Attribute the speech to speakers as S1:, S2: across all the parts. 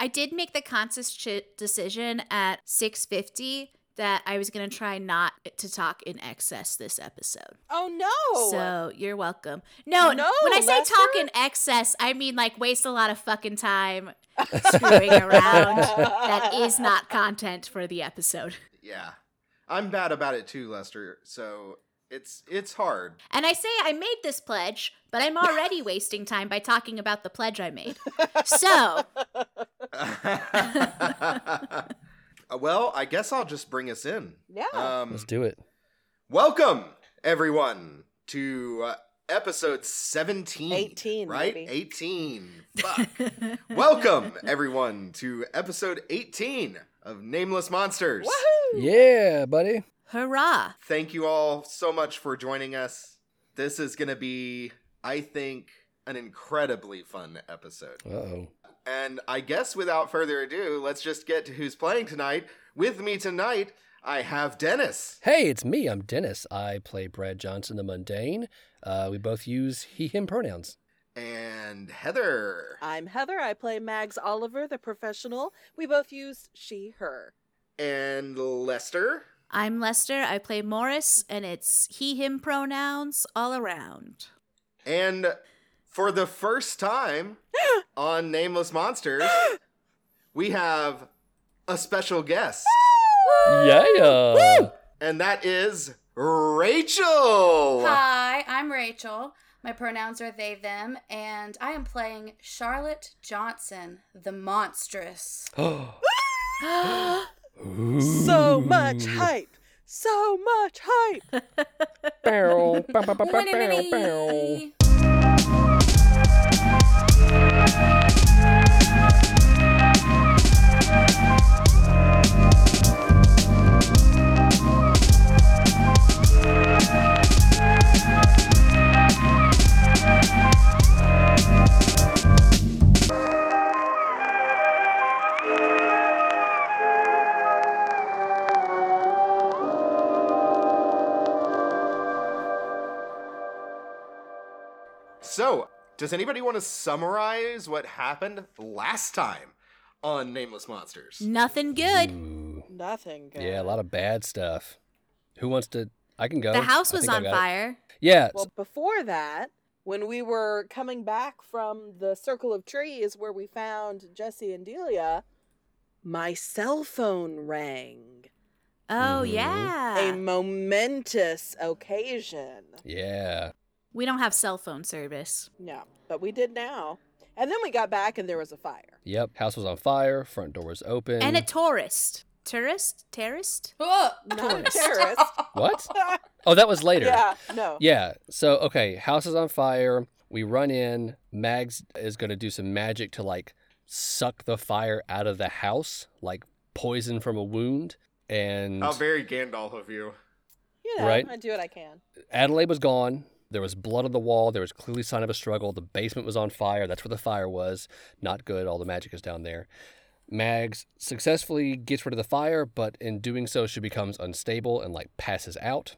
S1: I did make the conscious ch- decision at 6:50 that I was going to try not to talk in excess this episode.
S2: Oh no.
S1: So, you're welcome. No,
S2: No,
S1: when I say
S2: Lester.
S1: talk in excess, I mean like waste a lot of fucking time screwing around. That is not content for the episode.
S3: Yeah. I'm bad about it too, Lester. So it's it's hard.
S1: And I say I made this pledge, but I'm already wasting time by talking about the pledge I made. So,
S3: Uh, well, I guess I'll just bring us in.
S2: Yeah.
S3: Um,
S4: Oh, Let's do it.
S3: welcome everyone to uh, episode 17.
S2: 18,
S3: right?
S2: maybe.
S3: 18. Fuck. welcome everyone to episode 18 of Nameless Monsters.
S2: Woohoo!
S4: Yeah, buddy.
S1: hurrah.
S3: Thank you all so much for joining us. This is going to be I think an incredibly fun episode.
S4: Uh oh.
S3: And I guess without further ado, let's just get to who's playing tonight. With me tonight, I have Dennis.
S4: Hey, it's me. I'm Dennis. I play Brad Johnson, the mundane. Uh, we both use he/him pronouns.
S3: And Heather.
S2: I'm Heather. I play Mags Oliver, the professional. We both use she, her.
S3: And Lester.
S1: I'm Lester. I play Morris, and it's he, him pronouns all around.
S3: And for the first time on Nameless Monsters, we have a special guest.
S4: Yeah.
S3: And that is Rachel.
S5: Hi, I'm Rachel. My pronouns are they, them, and I am playing Charlotte Johnson, the monstrous.
S2: So much hype. So much hype.
S4: Barrel. Bow, bow, bow, bow, bow, bow.
S5: Winnie.
S3: So, does anybody want to summarize what happened last time on Nameless Monsters?
S1: Nothing good.
S4: Ooh.
S2: Nothing good.
S4: Yeah, a lot of bad stuff. Who wants to? I can go.
S1: The house
S4: I
S1: was
S4: think I
S1: on
S4: got it.
S1: fire.
S4: Yeah.
S2: Well, before that, when we were coming back from the circle of trees where we found Jesse and Delia, my cell phone rang.
S1: Oh,
S4: Mhm.
S2: A
S1: yeah.
S2: momentous occasion.
S4: Yeah.
S1: We don't have cell phone service.
S2: No, but we did now. And then we got back and there was a fire.
S4: Yep. House was on fire. Front door was open.
S1: And a tourist. Tourist? Terrorist?
S5: Ugh.
S2: Not a terrorist.
S4: what? Oh, that was later.
S2: yeah, no.
S4: Yeah. So okay, house is on fire. We run in. Mags is gonna do some magic to like suck the fire out of the house, like poison from a wound. And
S3: How very Gandalf of you.
S2: You know,
S4: Right.
S2: I do what I can.
S4: Adelaide was gone. There was blood on the wall. There was clearly sign of a struggle. The basement was on fire. That's where the fire was. Not good. All the magic is down there. Mags successfully gets rid of the fire, but in doing so, she becomes unstable and like passes out.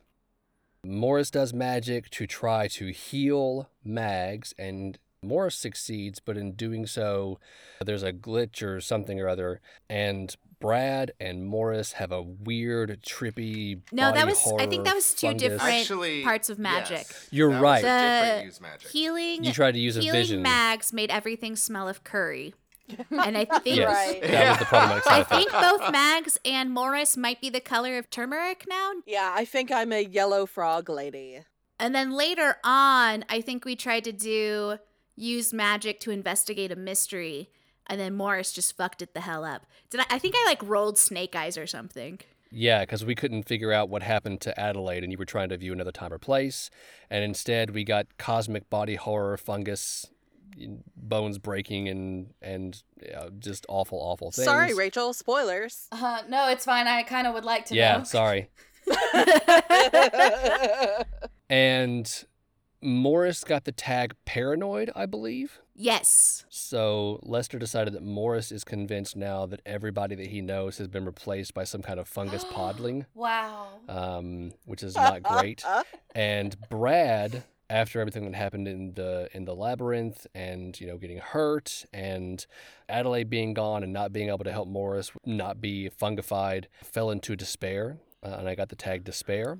S4: Morris does magic to try to heal Mags, and Morris succeeds, but in doing so, there's a glitch or something or other, and Brad and Morris have a weird, trippy.
S1: No, that
S4: body
S1: was- I think that
S4: horror
S1: was two
S4: fungus.
S1: different- parts of magic.
S4: You're
S3: That was
S4: right.
S3: a
S1: The
S3: different use magic.
S1: Healing.
S4: You tried to use a
S1: healing
S4: vision.
S1: mags made everything smell of curry. And I think
S4: Yes,
S2: Right.
S4: that was the problematic side
S1: I
S4: effect.
S1: think both Mags and Morris might be the color of turmeric now.
S2: Yeah, I think I'm a yellow frog lady.
S1: And then later on, I think we tried to do use magic to investigate a mystery, and then Morris just fucked it the hell up. Did I? I think I like rolled snake eyes or something.
S4: Yeah, because we couldn't figure out what happened to Adelaide, and you were trying to view another time or place, and instead we got cosmic body horror, fungus, bones breaking, and and uh, just awful, awful things.
S2: Sorry, Rachel. Spoilers.
S5: Uh, no, it's fine. I kind of would like to
S4: Yeah,
S5: know.
S4: sorry. And Morris got the tag paranoid, I believe.
S1: Yes.
S4: So Lester decided that Morris is convinced now that everybody that he knows has been replaced by some kind of fungus podling, Uh,
S5: Wow.
S4: um, which is not great. And Brad after everything that happened in the in the labyrinth and you know getting hurt and Adelaide being gone and not being able to help Morris not be fungified fell into despair uh, and I got the tag despair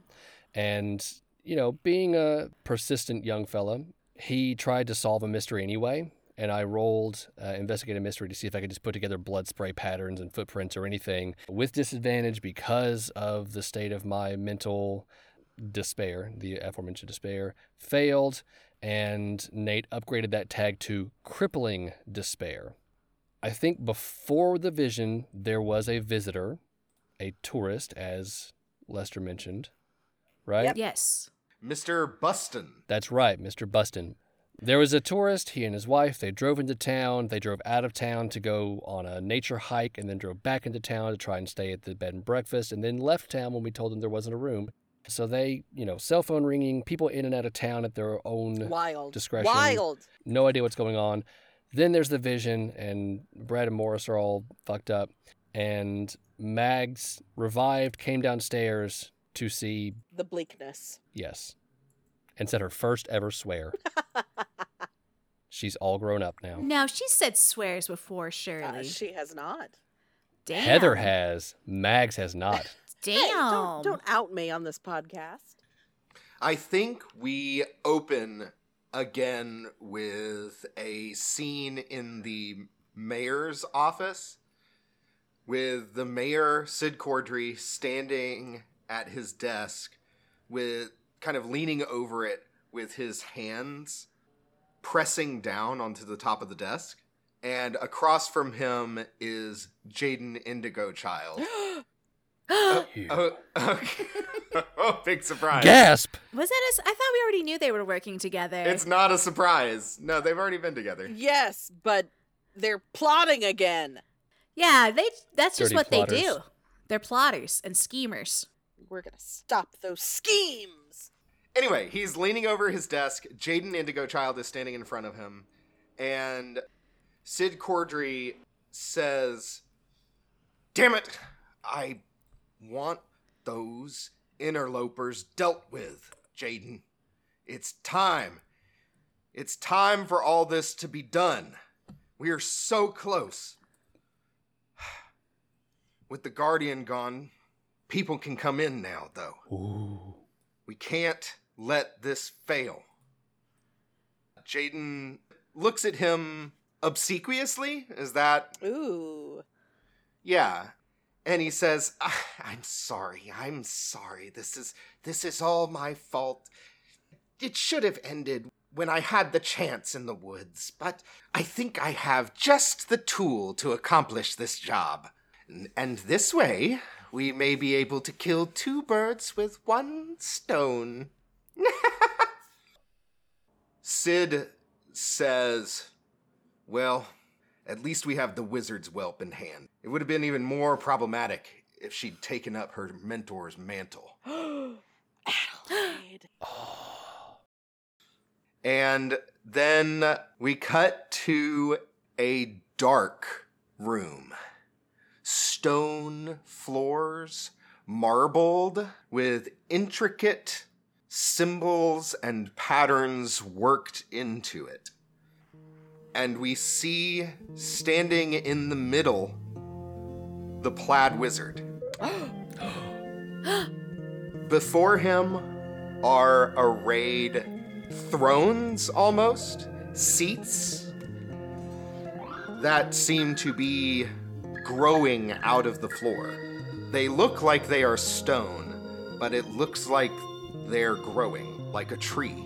S4: and you know being a persistent young fella he tried to solve a mystery anyway and I rolled uh, investigate a mystery to see if I could just put together blood spray patterns and footprints or anything with disadvantage because of the state of my mental despair, the aforementioned despair, failed, and Nate upgraded that tag to crippling despair. I think before the vision, there was a visitor, a tourist, as Lester mentioned, right?
S2: Yep.
S1: Yes.
S3: Mr. Buston.
S4: That's right, Mr. Buston. There was a tourist, he and his wife, they drove into town, they drove out of town to go on a nature hike, and then drove back into town to try and stay at the bed and breakfast, and then left town when we told them there wasn't a room. So they, you know, cell phone ringing, people in and out of town at their own
S2: Wild.
S4: Discretion.
S2: Wild.
S4: no idea what's going on. Then there's the vision, and Brad and Morris are all fucked up. And Mags revived, came downstairs to see
S2: The bleakness.
S4: yes, and said her first ever swear. She's all grown up now.
S1: No, she said swears before, surely.
S2: Uh, she has not.
S1: Damn.
S4: Heather has, Mags has not.
S1: Damn.
S2: Hey, don't, don't out me on this podcast.
S3: I think we open again with a scene in the mayor's office with the mayor, Sid Cordry, standing at his desk with kind of leaning over it with his hands pressing down onto the top of the desk. And across from him is Jaden Indigo Child. oh, okay. oh, big surprise.
S4: Gasp!
S1: Was that us? I thought we already knew they were working together.
S3: It's not a surprise. No, they've already been together.
S2: Yes, but they're plotting again.
S1: yeah, they. That's just
S4: Dirty
S1: what they do.
S4: plotters.
S1: They're plotters and schemers.
S2: We're going to stop those schemes.
S3: Anyway, he's leaning over his desk. Jaden Indigo Child is standing in front of him. And Sid Cordry says, Damn it, I want those interlopers dealt with, Jaden. It's time. It's time for all this to be done. We are so close. With the Guardian gone, people can come in now, though.
S4: Ooh.
S3: We can't let this fail. Jaden looks at him obsequiously. Is that?
S2: Ooh.
S3: Yeah. And he says, "Ah, "I'm sorry. I'm sorry. This is this is all my fault. It should have ended when I had the chance in the woods, but I think I have just the tool to accomplish this job. N- And this way, we may be able to kill two birds with one stone." Sid says, Well, at least we have the wizard's whelp in hand. It would have been even more problematic if she'd taken up her mentor's mantle.
S2: Adelaide.
S3: And then we cut to a dark room. Stone floors, marbled with intricate symbols and patterns worked into it. And we see standing in the middle the plaid wizard. Before him are arrayed thrones almost, seats that seem to be growing out of the floor. They look like they are stone, but it looks like they're growing like a tree.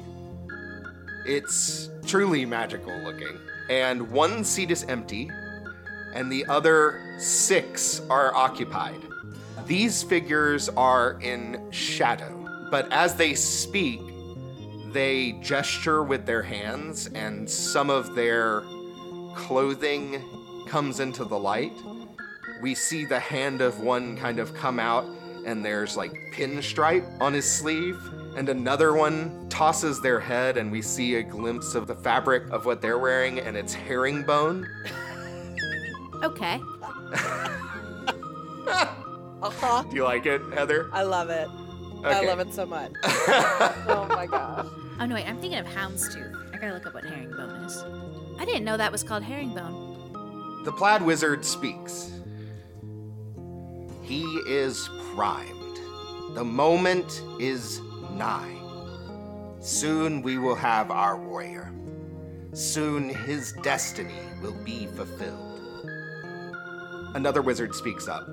S3: It's truly magical looking. And one seat is empty, and the other six are occupied. These figures are in shadow, but as they speak, they gesture with their hands, and some of their clothing comes into the light. We see the hand of one kind of come out, and there's like pinstripe on his sleeve, and another one tosses their head, and we see a glimpse of the fabric of what they're wearing, and it's herringbone.
S1: Okay.
S2: Uh-huh.
S3: Do you like it, Heather?
S2: I love it. I
S3: Okay.
S2: love it so much. oh my gosh.
S1: Oh no, wait, I'm thinking of houndstooth. I gotta look up what herringbone is. I didn't know that was called herringbone.
S3: The plaid wizard speaks. He is primed. The moment is nigh. Soon we will have our warrior. Soon his destiny will be fulfilled. Another wizard speaks up.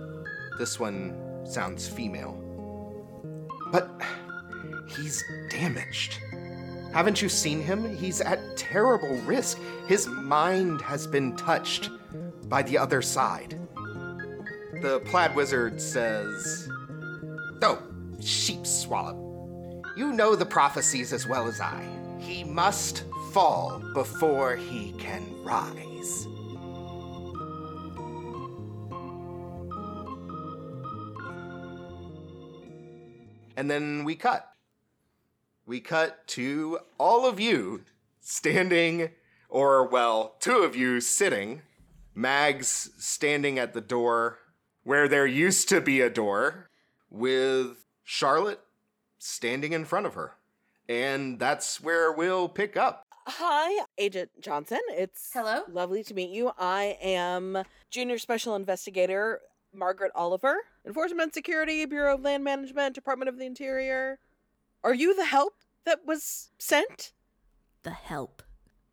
S3: This one sounds female. But he's damaged. Haven't you seen him? He's at terrible risk. His mind has been touched by the other side. The plaid wizard says, Oh, sheep swallow. You know the prophecies as well as I. He must fall before he can rise. And then we cut. We cut to all of you standing, or well, two of you sitting. Mags standing at the door where there used to be a door, with Charlotte standing in front of her. And that's where we'll pick up.
S2: Hi, Agent Johnson. It's
S6: Hello?
S2: Lovely to meet you. I am Junior Special Investigator Margaret Oliver, Enforcement Security Bureau of Land Management, Department of the Interior. Are you the help that was sent?
S1: The help.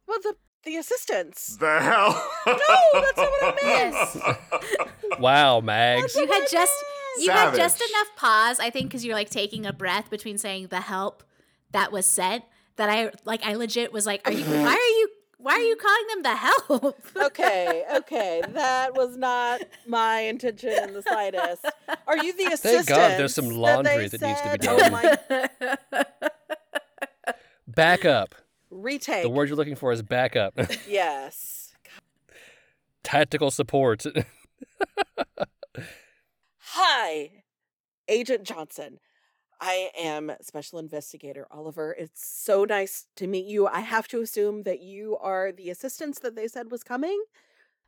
S2: Well, the the assistants.
S3: The hell? No,
S2: that's not what
S6: I
S4: Wow, Mags.
S1: You had just you had just
S3: Savage.
S1: enough pause, I think, because you're like taking a breath between saying the help that was sent. That I like, I legit was like, are you? Why are you? Why are you calling them the help?
S2: okay, okay, that was not my intention in the slightest. Are you the assistants?
S4: Thank God there's some laundry
S2: they
S4: that needs to be
S2: said-
S4: done.
S2: Oh my,
S4: Back up.
S2: retake.
S4: The word you're looking for is back up.
S2: Yes.
S4: Tactical support.
S2: Hi, Agent Johnson. I am Special Investigator Oliver. It's so nice to meet you. I have to assume that you are the assistants that they said was coming.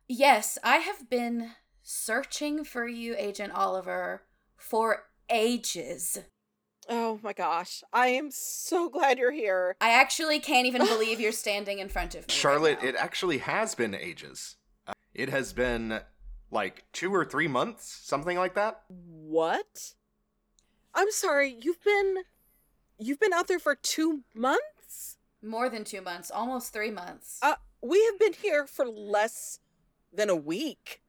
S6: Yes, I have been searching for you, Agent Oliver, for ages.
S2: Oh my gosh. I am so glad you're here.
S6: I actually can't even believe you're standing in front of me. right
S3: Charlotte,
S6: now.
S3: it actually has been ages. Uh, It has been like two or three months, something like that.
S2: What? I'm sorry. You've been you've been out there for 2 months?
S6: more than two months, almost three months.
S2: Uh we have been here for less than a week.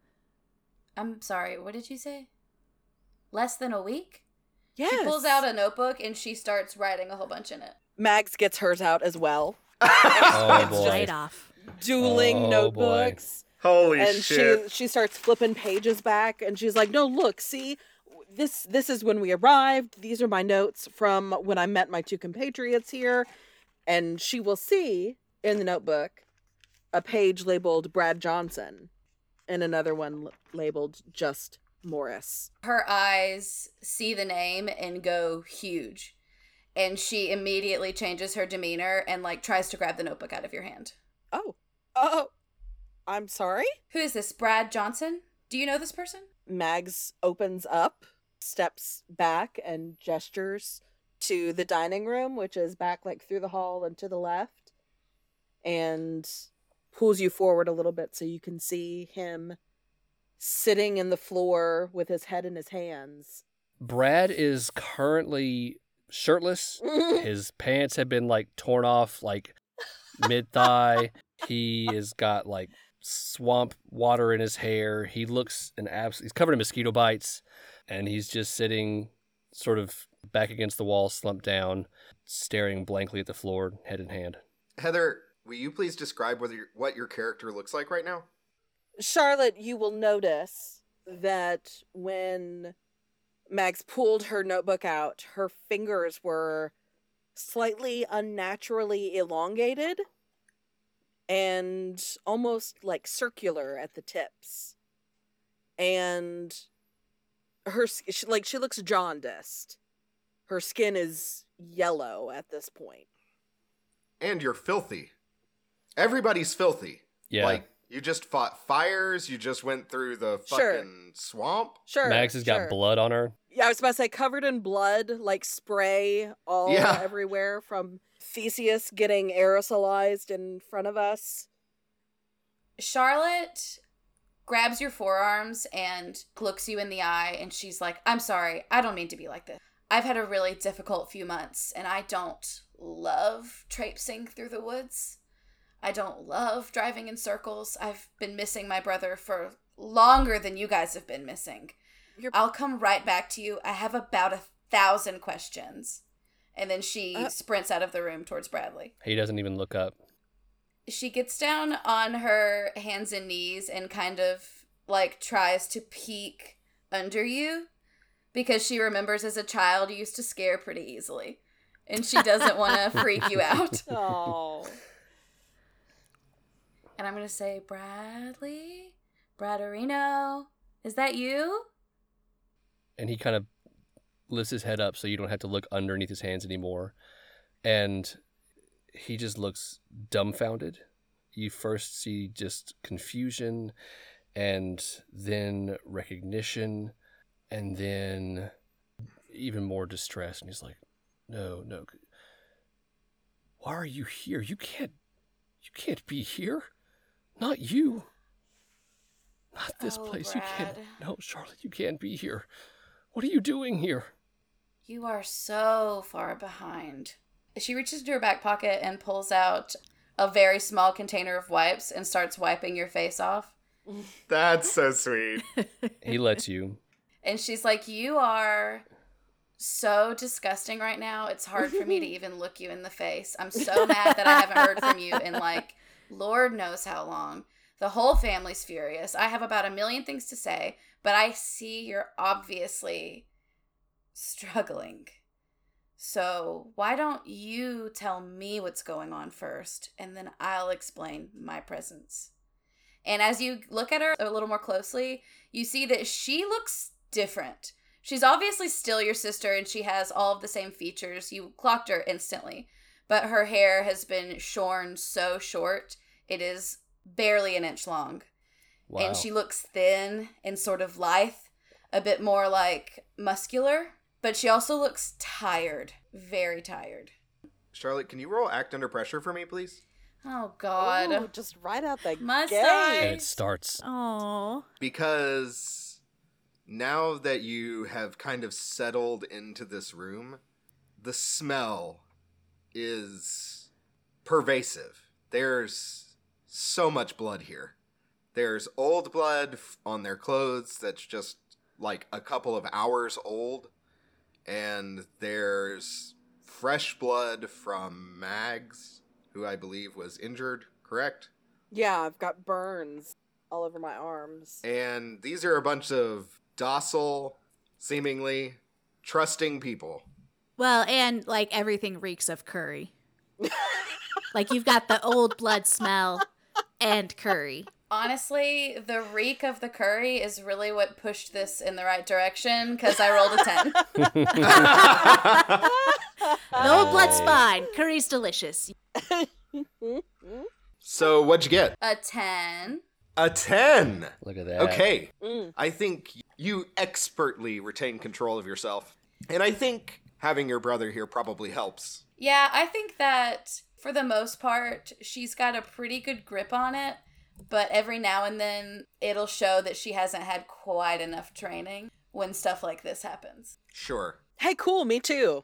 S6: I'm sorry. What did you say? Less than a week.
S2: Yes.
S6: She pulls out a notebook and she starts writing a whole bunch in it.
S2: Mags gets hers out as well.
S4: oh, boy.
S1: Right off.
S2: Dueling
S4: Oh, boy.
S2: notebooks.
S3: Holy
S2: and she she starts flipping pages back and she's like no look see this this is when we arrived these are my notes from when i met my two compatriots here and she will see in the notebook a page labeled brad johnson and another one l- labeled just morris
S6: Her eyes see the name and go huge. And she immediately changes her demeanor and like tries to grab the notebook out of your hand.
S2: oh oh i'm sorry
S6: Who is this? Brad Johnson? Do you know this person?
S2: mags opens up steps back and gestures to the dining room, which is back like through the hall and to the left, and pulls you forward a little bit so you can see him sitting in the floor with his head in his hands.
S4: Brad is currently shirtless. His pants have been like torn off, like mid thigh. he has got like swamp water in his hair. He looks an abs. He's covered in mosquito bites, and he's just sitting, sort of back against the wall, slumped down, staring blankly at the floor, head in hand.
S3: Heather, will you please describe whether your- what your character looks like right now?
S2: Charlotte, you will notice that when Mags pulled her notebook out, her fingers were slightly unnaturally elongated and almost like circular at the tips. And her s- she, like she looks jaundiced. Her skin is yellow at this point.
S3: And you're filthy. Everybody's filthy.
S4: Yeah.
S3: Like you just fought fires, you just went through the
S2: Sure.
S3: fucking swamp.
S2: Sure.
S4: Max has
S2: sure.
S4: got blood on her.
S2: Yeah, I was about to say covered in blood, like spray all
S3: Yeah.
S2: everywhere from Theseus getting aerosolized in front of us.
S6: Charlotte grabs your forearms and looks you in the eye, and she's like, I'm sorry, I don't mean to be like this. I've had a really difficult few months, and I don't love traipsing through the woods. I don't love driving in circles. I've been missing my brother for longer than you guys have been missing.
S2: Your
S6: I'll come right back to you. I have about a thousand questions. And then she
S2: Uh.
S6: sprints out of the room towards Bradley.
S4: He doesn't even look up.
S6: She gets down on her hands and knees and kind of like tries to peek under you because she remembers as a child you used to scare pretty easily. And she doesn't want to freak you out.
S2: oh,
S6: And I'm going to say, Bradley? Bradarino? Is that you?
S4: and he kind of lifts his head up so you don't have to look underneath his hands anymore. And he just looks dumbfounded. You first see just confusion and then recognition and then even more distress. And he's like, No, no. Why are you here? You can't you can't be here. Not you. Not this
S6: Oh,
S4: place. You can't
S6: Brad.
S4: no, Charlotte, you can't be here. What are you doing here?
S6: You are so far behind. She reaches into her back pocket and pulls out a very small container of wipes and starts wiping your face off.
S3: That's so sweet.
S4: He lets you.
S6: And she's like, You are so disgusting right now. It's hard for me to even look you in the face. I'm so mad that I haven't heard from you in like Lord knows how long. The whole family's furious. I have about a million things to say, but I see you're obviously struggling. So, why don't you tell me what's going on first, and then I'll explain my presence? And as you look at her a little more closely, you see that she looks different. She's obviously still your sister and she has all of the same features. You clocked her instantly, but her hair has been shorn so short it is barely an inch long.
S4: Wow.
S6: And she looks thin and sort of lithe, a bit more like muscular, but she also looks tired, very tired.
S3: Charlotte, can you roll act under pressure for me, please?
S6: Oh, God.
S2: Ooh, just right out the
S6: Must
S2: gate.
S6: I?
S4: and it starts.
S1: Oh,
S3: Because now that you have kind of settled into this room, the smell is pervasive. There's so much blood here. There's old blood f- on their clothes that's just like a couple of hours old. And there's fresh blood from Mags, who I believe was injured, correct?
S2: Yeah, I've got burns all over my arms.
S3: And these are a bunch of docile, seemingly trusting people.
S1: well, and like everything reeks of curry. like you've got the old blood smell and curry.
S6: Honestly, the reek of the curry is really what pushed this in the right direction because I rolled a 10.
S1: The old blood's
S4: Nice.
S1: fine. Curry's delicious.
S3: so, what'd you get?
S6: a 10.
S3: A 10.
S4: Look at that.
S3: Okay.
S2: Mm.
S3: I think you expertly retain control of yourself. And I think having your brother here probably helps.
S6: Yeah, I think that for the most part, she's got a pretty good grip on it, but every now and then it'll show that she hasn't had quite enough training when stuff like this happens.
S3: Sure.
S2: Hey, cool, me too.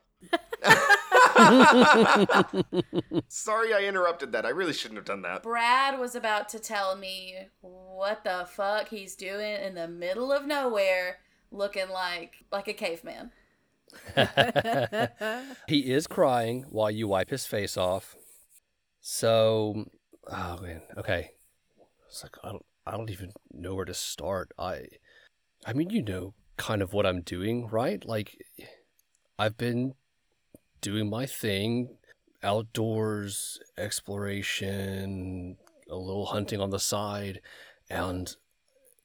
S3: Sorry I interrupted that. I really shouldn't have done that.
S6: Brad was about to tell me what the fuck he's doing in the middle of nowhere looking like like a caveman.
S4: He is crying while you wipe his face off. So, oh man, okay. It's like I don't, I don't even know where to start. I, I mean, you know, kind of what I'm doing, right? Like, I've been doing my thing, outdoors exploration, a little hunting on the side, and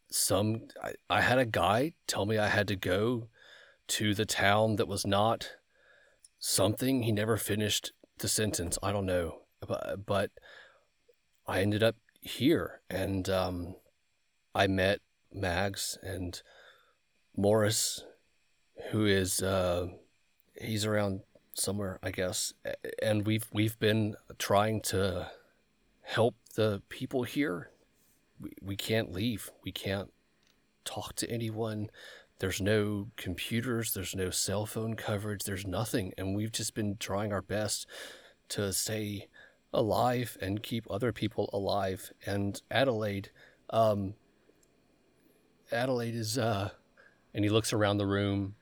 S4: some. I, I had a guy tell me I had to go to the town that was not something he never finished the sentence i don't know but, but i ended up here and um, i met mags and morris who is uh, he's around somewhere, I guess. A- And we've we've been trying to help the people here. We, we can't leave. We can't talk to anyone. There's no computers, there's no cell phone coverage, there's nothing. And we've just been trying our best to stay alive and keep other people alive. And Adelaide, um, Adelaide is, uh, and he looks around the room.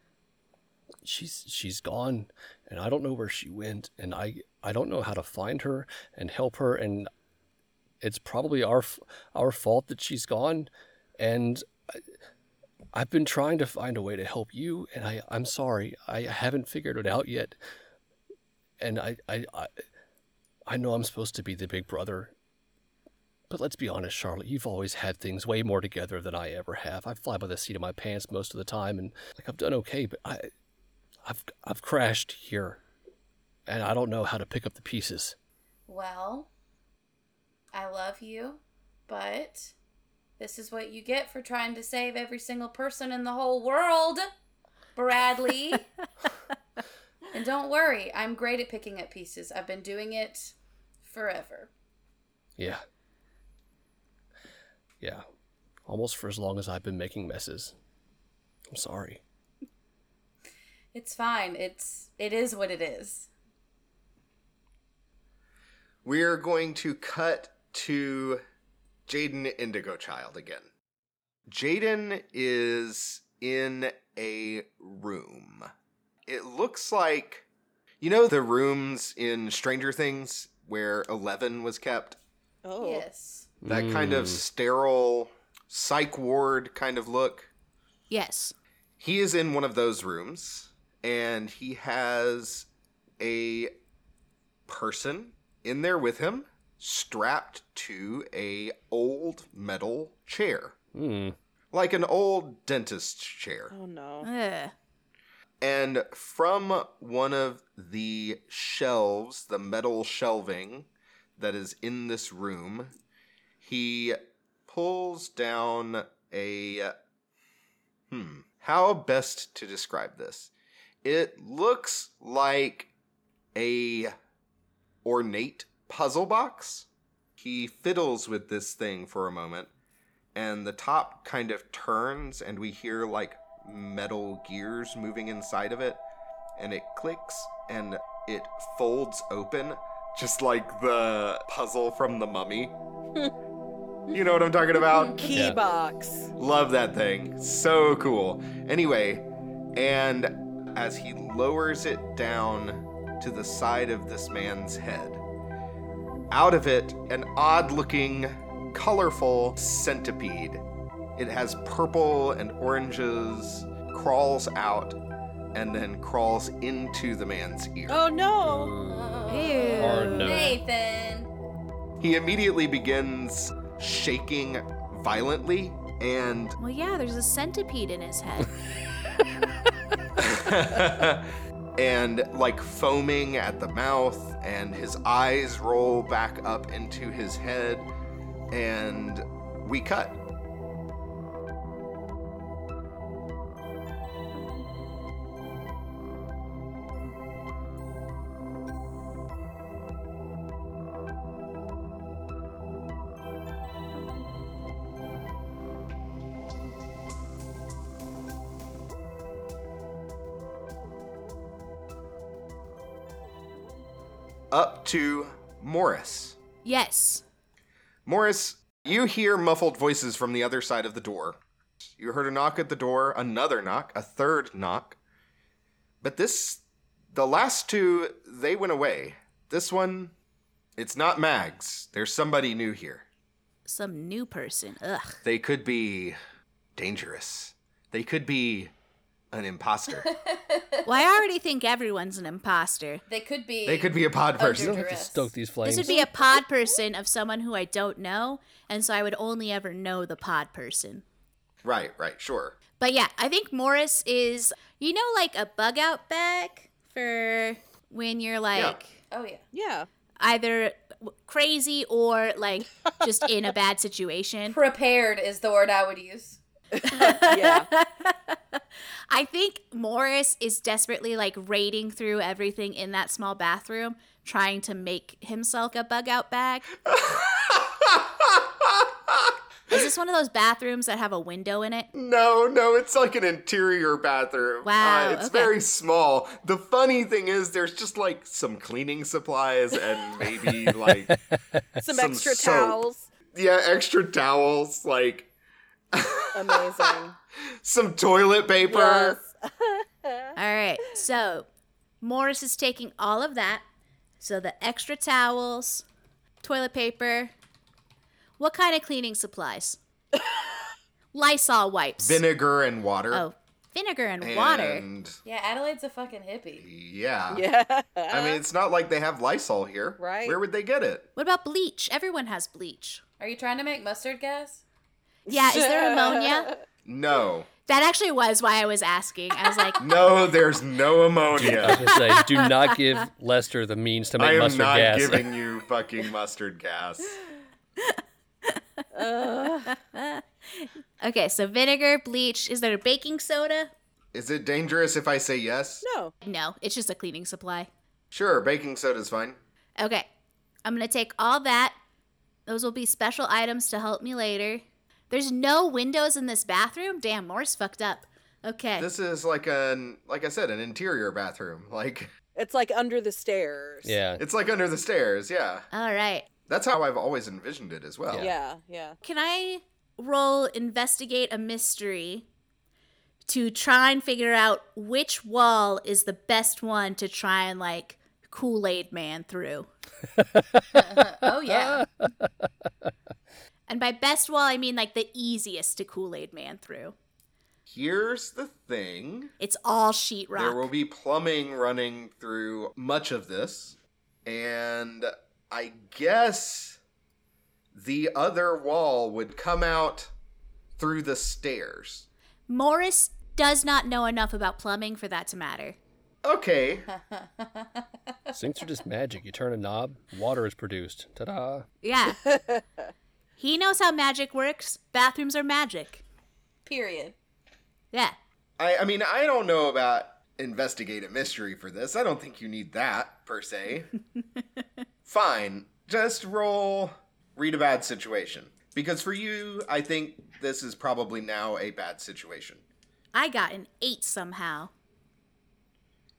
S4: She's she's gone, and I don't know where she went, and I I don't know how to find her and help her, and it's probably our f- our fault that she's gone, and I've been trying to find a way to help you, and I, I'm sorry. I haven't figured it out yet. And I, I, I, I know I'm supposed to be the big brother. But let's be honest, Charlotte, you've always had things way more together than I ever have. I fly by the seat of my pants most of the time, and like I've done okay, but I, I've, I've crashed here, and I don't know how to pick up the pieces.
S6: Well, I love you, but this is what you get for trying to save every single person in the whole world, Bradley. and don't worry, I'm great at picking up pieces. I've been doing it forever.
S4: Yeah. Yeah. Almost for as long as I've been making messes. I'm sorry.
S6: It's fine. It's it is what it is.
S3: We're going to cut to Jaden Indigo Child again. Jaden is in a room. It looks like you know the rooms in Stranger Things where Eleven was kept?
S2: Oh.
S6: Yes.
S3: That kind
S4: Hmm.
S3: of sterile psych ward kind of look.
S1: Yes.
S3: He is in one of those rooms and he has a person in there with him strapped to a old metal chair.
S4: Mm.
S3: Like an old dentist's chair.
S2: Oh no.
S6: Uh,
S1: Ugh.
S3: And from one of the shelves, the metal shelving that is in this room, he pulls down a. Hmm. How best to describe this? It looks like a ornate puzzle box. He fiddles with this thing for a moment, and the top kind of turns, and we hear like metal gears moving inside of it, and it clicks and it folds open, just like the puzzle from the mummy. you know what I'm talking about?
S2: Key
S4: Yeah.
S2: box.
S3: Love that thing. So cool. Anyway, and as he lowers it down to the side of this man's head, out of it, an odd looking, colorful centipede. It has purple and oranges, crawls out, and then crawls into the man's ear.
S2: Oh no.
S4: Or no.
S6: Nathan.
S3: He immediately begins shaking violently and
S1: Well, yeah, there's a centipede in his head.
S3: and like foaming at the mouth, and his eyes roll back up into his head, and we cut. Up to Morris.
S1: yes.
S3: Morris, you hear muffled voices from the other side of the door. You heard a knock at the door, another knock, a third knock. But this, the last two, they went away. This one, it's not Mags. There's somebody new here.
S1: Some new person. Ugh.
S3: They could be dangerous. They could be an imposter.
S1: Well, I already think everyone's an imposter.
S6: They could be
S3: they could be a pod
S4: You
S3: person.
S4: don't have to
S6: Dress.
S4: stoke these flames.
S1: This would be a pod person of someone who I don't know, and so I would only ever know the pod person.
S3: Right, right, sure.
S1: But yeah, I think Morris is, you know, like a bug out bag for when you're like
S6: Oh yeah.
S2: Yeah.
S1: either w- crazy or like just in a bad situation.
S6: Prepared is the word I would use.
S2: Yeah.
S1: I think Morris is desperately like raiding through everything in that small bathroom, trying to make himself a bug out bag. Is this one of those bathrooms that have a window in it?
S3: No, no, it's like an interior bathroom.
S1: Wow,
S3: Uh, it's
S1: okay.
S3: very small. The funny thing is, there's just like some cleaning supplies and maybe like,
S2: Some,
S3: Some
S2: extra
S3: soap.
S2: towels.
S3: yeah, extra towels, like
S2: Amazing.
S3: some toilet paper.
S1: All right. So Morris is taking all of that. So the extra towels, toilet paper. What kind of cleaning supplies? Lysol wipes.
S3: Vinegar and water.
S1: oh, vinegar and, water.
S3: And
S6: Yeah, Adelaide's a fucking hippie.
S3: yeah.
S2: yeah.
S3: I mean, it's not like they have Lysol here.
S2: Right.
S3: Where would they get it?
S1: What about bleach? Everyone has bleach.
S6: Are you trying to make mustard gas?
S1: Yeah, is there ammonia?
S3: No.
S1: That actually was why I was asking. I was like,
S3: No, there's no
S4: I was
S3: ammonia.
S4: gonna say, do not give Lester the means to
S3: I
S4: make
S3: am
S4: mustard
S3: not
S4: gas.
S3: giving you fucking mustard gas.
S2: Ugh.
S1: okay, so vinegar, bleach. Is there baking soda?
S3: Is it dangerous if I say yes?
S2: no.
S1: No, it's just a cleaning supply.
S3: Sure, baking soda's fine.
S1: Okay. I'm going to take all that. Those will be special items to help me later. There's no windows in this bathroom. Damn, Morris fucked up. Okay.
S3: This is like an like I said, an interior bathroom. Like
S2: It's like under the stairs.
S4: yeah,
S3: it's like under the stairs, yeah.
S1: all right.
S3: That's how I've always envisioned it as well.
S4: Yeah.
S2: Yeah. Yeah.
S1: Can I roll investigate a mystery to try and figure out which wall is the best one to try and like Kool Aid Man through?
S6: oh yeah.
S1: And by best wall, I mean like the easiest to Kool Aid Man through.
S3: Here's the thing.
S1: It's all sheetrock.
S3: There will be plumbing running through much of this. And I guess the other wall would come out through the stairs.
S1: Morris does not know enough about plumbing for that to matter.
S3: Okay.
S4: sinks are just magic. You turn a knob, water is produced. Ta-da!
S1: Yeah. he knows how magic works. Bathrooms are magic.
S6: Period.
S1: Yeah.
S3: I, I mean, I don't know about investigate a mystery for this. I don't think you need that per se. Fine. Just roll read a bad situation. Because for you, I think this is probably now a bad situation.
S1: I got an eight somehow.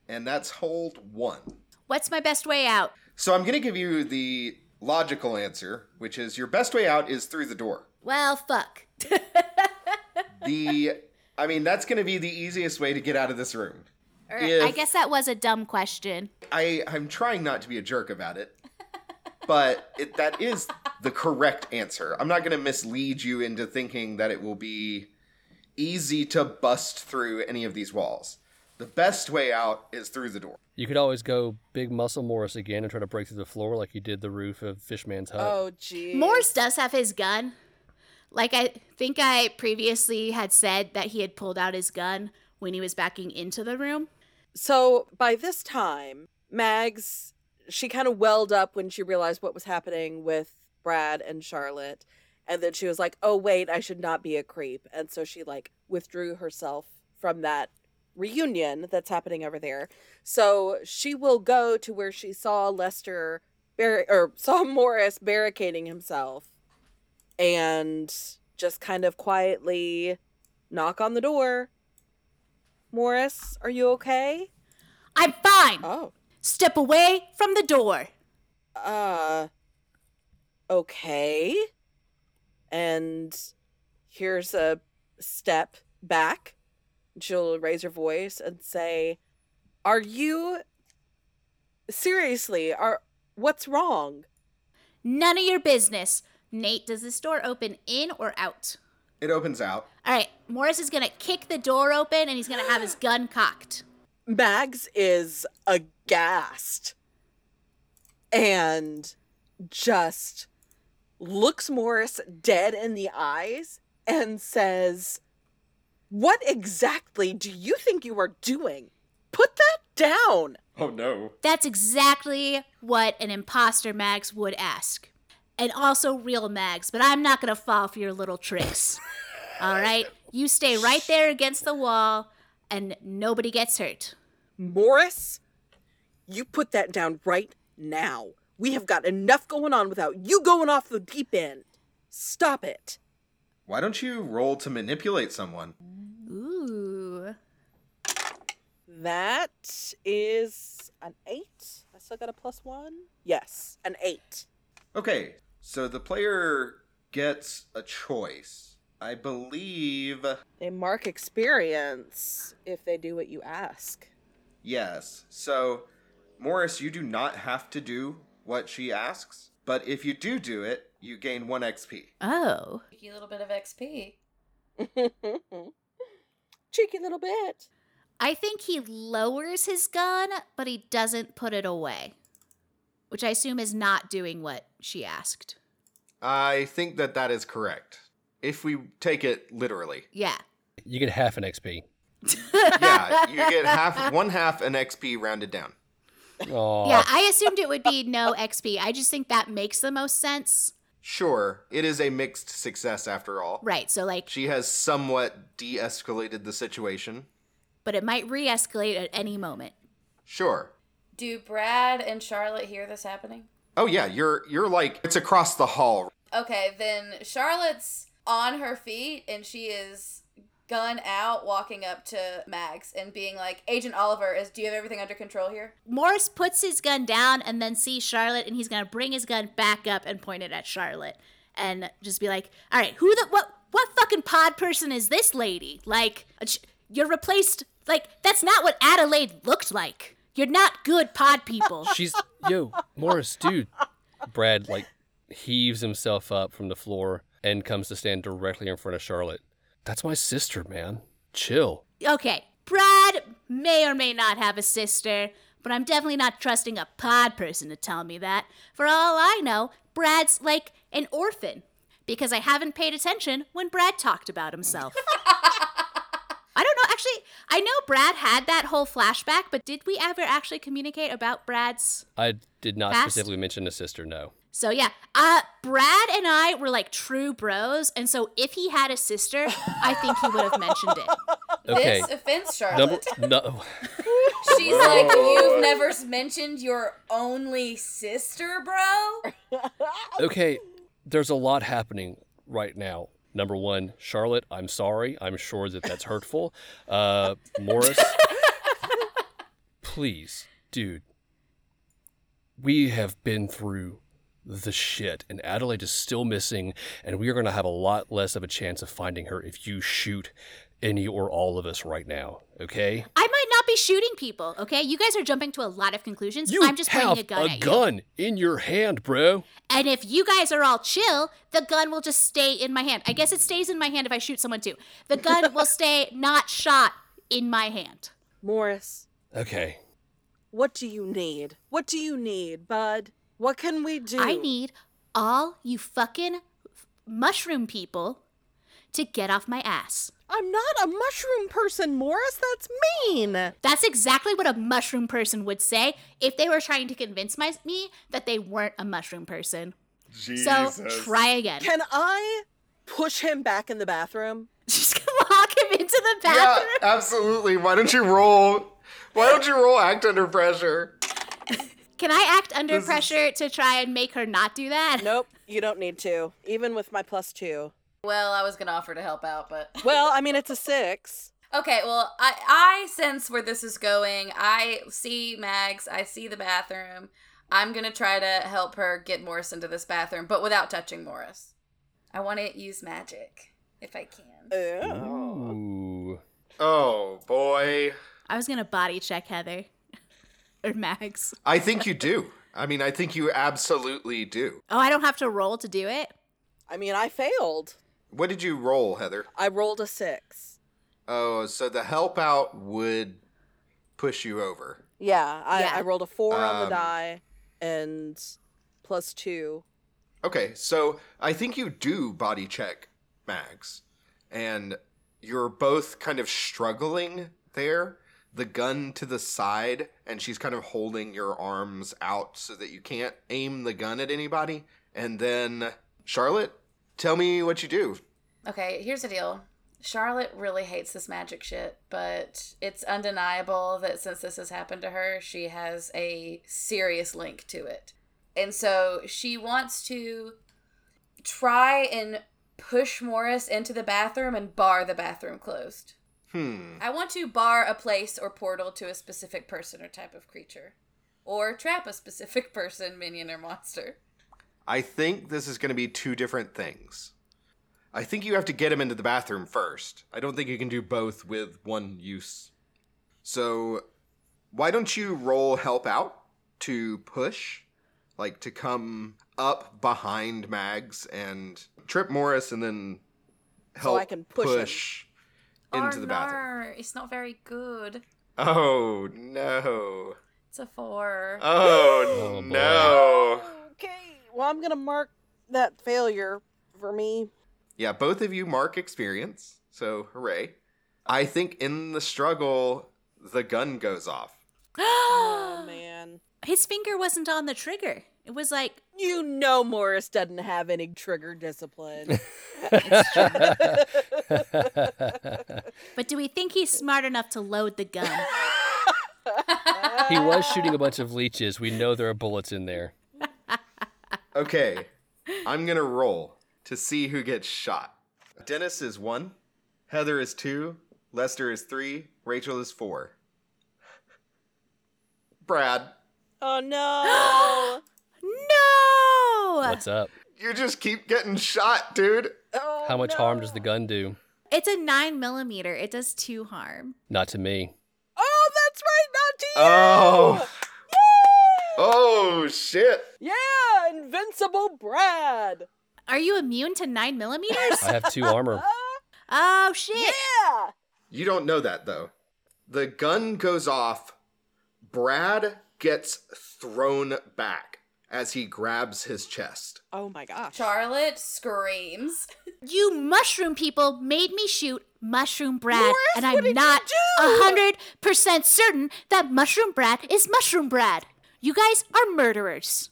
S3: And that's hold one.
S1: What's my best way out?
S3: So I'm going to give you the logical answer, which is your best way out is through the door.
S1: Well, fuck.
S3: The I mean, that's going to be the easiest way to get out of this room.
S1: All right, I
S3: If-
S1: guess that was a dumb question.
S3: I I'm trying not to be a jerk about it. But it, that is the correct answer. I'm not going to mislead you into thinking that it will be easy to bust through any of these walls. The best way out is through the door.
S4: You could always go big muscle Morris again and try to break through the floor like you did the roof of Fishman's hut.
S2: Oh, gee.
S1: Morris does have his gun. Like I think I previously had said that he had pulled out his gun when he was backing into the room.
S2: So by this time, Mags, she kind of welled up when she realized what was happening with Brad and Charlotte. And then she was like, oh, wait, I should not be a creep. And so she like withdrew herself from that reunion that's happening over there. So she will go to where she saw Lester, bar- or saw Morris barricading himself and just kind of quietly knock on the door. Morris, are you okay?
S1: I'm fine.
S2: Oh.
S1: Step away from the door.
S2: Uh okay. And here's a step back. She'll raise her voice and say, "Are you seriously? Are what's wrong?"
S1: None of your business. Nate, does this door open in or out?
S3: It opens out.
S1: All right, Morris is gonna kick the door open and he's gonna have his gun cocked.
S2: Mags is aghast and just looks Morris dead in the eyes and says, What exactly do you think you are doing? Put that down.
S3: Oh no.
S1: That's exactly what an imposter Mags would ask. And also real Mags, but I'm not gonna fall for your little tricks. All right, you stay right there against the wall. and nobody gets hurt.
S2: Morris, you put that down right now. We have got enough going on without you going off the deep end. Stop it.
S3: Why don't you roll to manipulate someone?
S1: Ooh.
S2: That is an eight. I still got a plus one. Yes, an eight.
S3: Okay, so the player gets a choice. I believe.
S2: They mark experience if they do what you ask.
S3: Yes. So, Morris, you do not have to do what she asks, but if you do do it, you gain 1 XP.
S1: Oh.
S6: Cheeky little bit of XP.
S2: Cheeky little bit.
S1: I think he lowers his gun, but he doesn't put it away, which I assume is not doing what she asked.
S7: I think that that is correct. If we take it literally.
S1: Yeah.
S4: You get half an XP.
S7: Yeah, you get half one half an XP rounded down.
S4: Oh,
S1: Yeah, I assumed it would be no XP. I just think that makes the most sense.
S7: Sure, it is a mixed success after all.
S1: Right. So, like,
S7: She has somewhat de-escalated the situation.
S1: but it might re escalate at any moment.
S7: Sure.
S6: Do Brad and Charlotte hear this happening?
S7: Oh yeah, you're you're like it's across the hall.
S6: Okay, then Charlotte's on her feet and she is gun out walking up to Max and being like, Agent Oliver is do you have everything under control here?
S1: Morris puts his gun down and then sees Charlotte, and he's gonna bring his gun back up and point it at Charlotte, and just be like, "All right, who the what what fucking pod person is this lady? Like, sh- you're replaced. Like, that's not what Adelaide looked like. You're not good pod people.
S4: she's yo Morris, dude. Brad like heaves himself up from the floor and comes to stand directly in front of Charlotte. That's my sister, man. Chill.
S1: okay, Brad may or may not have a sister, but I'm definitely not trusting a pod person to tell me that. For all I know, Brad's like an orphan because I haven't paid attention when Brad talked about himself. I don't know. Actually, I know Brad had that whole flashback, but did we ever actually communicate about Brad's?
S4: I did not
S1: Fast.
S4: specifically mention a sister. No.
S1: So yeah, uh, Brad and I were like true bros, and so if he had a sister, I think he would have mentioned it.
S4: Okay.
S6: This offends Charlotte.
S4: Number no.
S6: She's like, You've never s- mentioned your only sister, bro?
S4: Okay, there's a lot happening right now. Number one, Charlotte, I'm sorry. I'm sure that that's hurtful. Uh, Morris, please, dude. We have been through the shit, and Adelaide is still missing, and we are going to have a lot less of a chance of finding her if you shoot any or all of us right now, okay?
S1: I might not be shooting people, okay? You guys are jumping to a lot of conclusions.
S4: You
S1: I'm just
S4: have
S1: pointing a gun at you.
S4: gun in your hand, bro.
S1: And if you guys are all chill, the gun will just stay in my hand. I guess it stays in my hand if I shoot someone too. The gun will stay not shot in my hand.
S2: Morris,
S4: Okay,
S2: what do you need? What do you need, bud? What can we do?
S1: I need all you fucking mushroom people to get off my ass.
S2: I'm not a mushroom person, Morris. That's mean.
S1: That's exactly what a mushroom person would say if they were trying to convince my, me that they weren't a mushroom person. So try again.
S2: Can I push him back in the bathroom?
S1: Just lock him into the
S7: Yeah,
S1: bathroom.
S7: absolutely. Why don't you roll? Why don't you roll act under pressure?
S1: Can I act under pressure to try and make her not do that?
S2: Nope, you don't need to. Even with my plus two.
S6: Well, I was gonna offer to help out, but
S2: Well, I mean, it's a six.
S6: Okay, well, I I sense where this is going. I see Mags. I see the bathroom. I'm gonna try to help her get Morris into this bathroom, but without touching Morris. I want to use magic if I can.
S2: Ew.
S4: Ooh.
S7: Oh boy.
S1: I was gonna body check Heather or Max.
S7: I think you do. I mean, I think you absolutely do.
S1: Oh, I don't have to roll to do it.
S2: I mean, I failed.
S7: What did you roll, Heather?
S2: I rolled a six.
S7: Oh, so the help out would push you over.
S2: Yeah, I,
S1: Yeah.
S2: I rolled a four on the
S7: Um,
S2: die and plus two.
S7: Okay, so I think you do body check Max, and you're both kind of struggling there. The gun to the side, and she's kind of holding your arms out so that you can't aim the gun at anybody. And then, Charlotte, tell me what you do.
S6: Okay, here's the deal. Charlotte really hates this magic shit, but it's undeniable that since this has happened to her, she has a serious link to it. And so she wants to try and push Morris into the bathroom and bar the bathroom closed.
S3: Hmm.
S6: I want to bar a place or portal to a specific person or type of creature, or trap a specific person, minion, or monster.
S3: I think this is going to be two different things. I think you have to get him into the bathroom first. I don't think you can do both with one use. So, why don't you roll help out to push, like to come up behind Mags and trip Morris and then help
S2: I can push him.
S3: push into the bathroom.
S6: It's not very good.
S3: Oh no.
S6: It's a four.
S3: Oh,
S4: Oh, boy.
S3: no.
S2: Okay. Well, I'm gonna mark that failure for me.
S3: Yeah, both of you mark experience, so hooray. I think in the struggle, the gun goes off.
S2: Oh man.
S1: His finger wasn't on the trigger. It was like
S2: You know Morris doesn't have any trigger discipline.
S1: But do we think he's smart enough to load the gun?
S2: Uh,
S4: he was shooting a bunch of leeches. We know there are bullets in there.
S3: Okay, I'm gonna roll to see who gets shot. Dennis is one, Heather is two, Lester is three, Rachel is four. Brad,
S2: oh no.
S1: no!
S4: What's up?
S3: you just keep getting shot, dude.
S2: Oh,
S4: How much harm does the gun do?
S1: It's a nine millimeter. It does two harm.
S4: Not to me.
S2: Oh, that's right, not to you.
S3: Oh. Oh shit.
S2: Yeah, invincible Brad.
S1: Are you immune to nine millimeters?
S4: I have two armor.
S1: oh shit!
S2: Yeah.
S3: You don't know that though. The gun goes off. Brad gets thrown back as he grabs his chest.
S2: Oh my gosh.
S6: Charlotte screams.
S1: You mushroom people made me shoot Mushroom Brad,
S2: Morris,
S1: and
S2: what did you
S1: I'm not
S2: do?
S1: a hundred percent certain that Mushroom Brad is Mushroom Brad. You guys are murderers.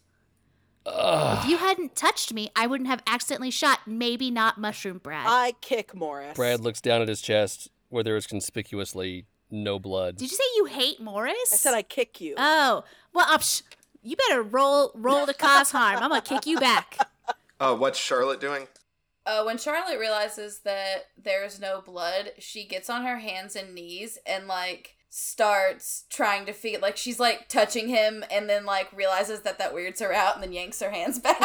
S1: If you hadn't touched me, I wouldn't have accidentally shot. Maybe not Mushroom Brad.
S2: I kick Morris.
S4: Brad looks down at his chest where there is conspicuously no blood.
S1: Did you say you hate Morris?
S2: I said I kick you.
S1: Oh, well, uh, psh, you better roll roll to cause harm. I'm gonna kick you back.
S3: Uh, what's Charlotte doing?
S6: Uh, when Charlotte realizes that there's no blood, she gets on her hands and knees and like starts trying to feel like she's like touching him and then like realizes that that weirds her out and then yanks her hands back.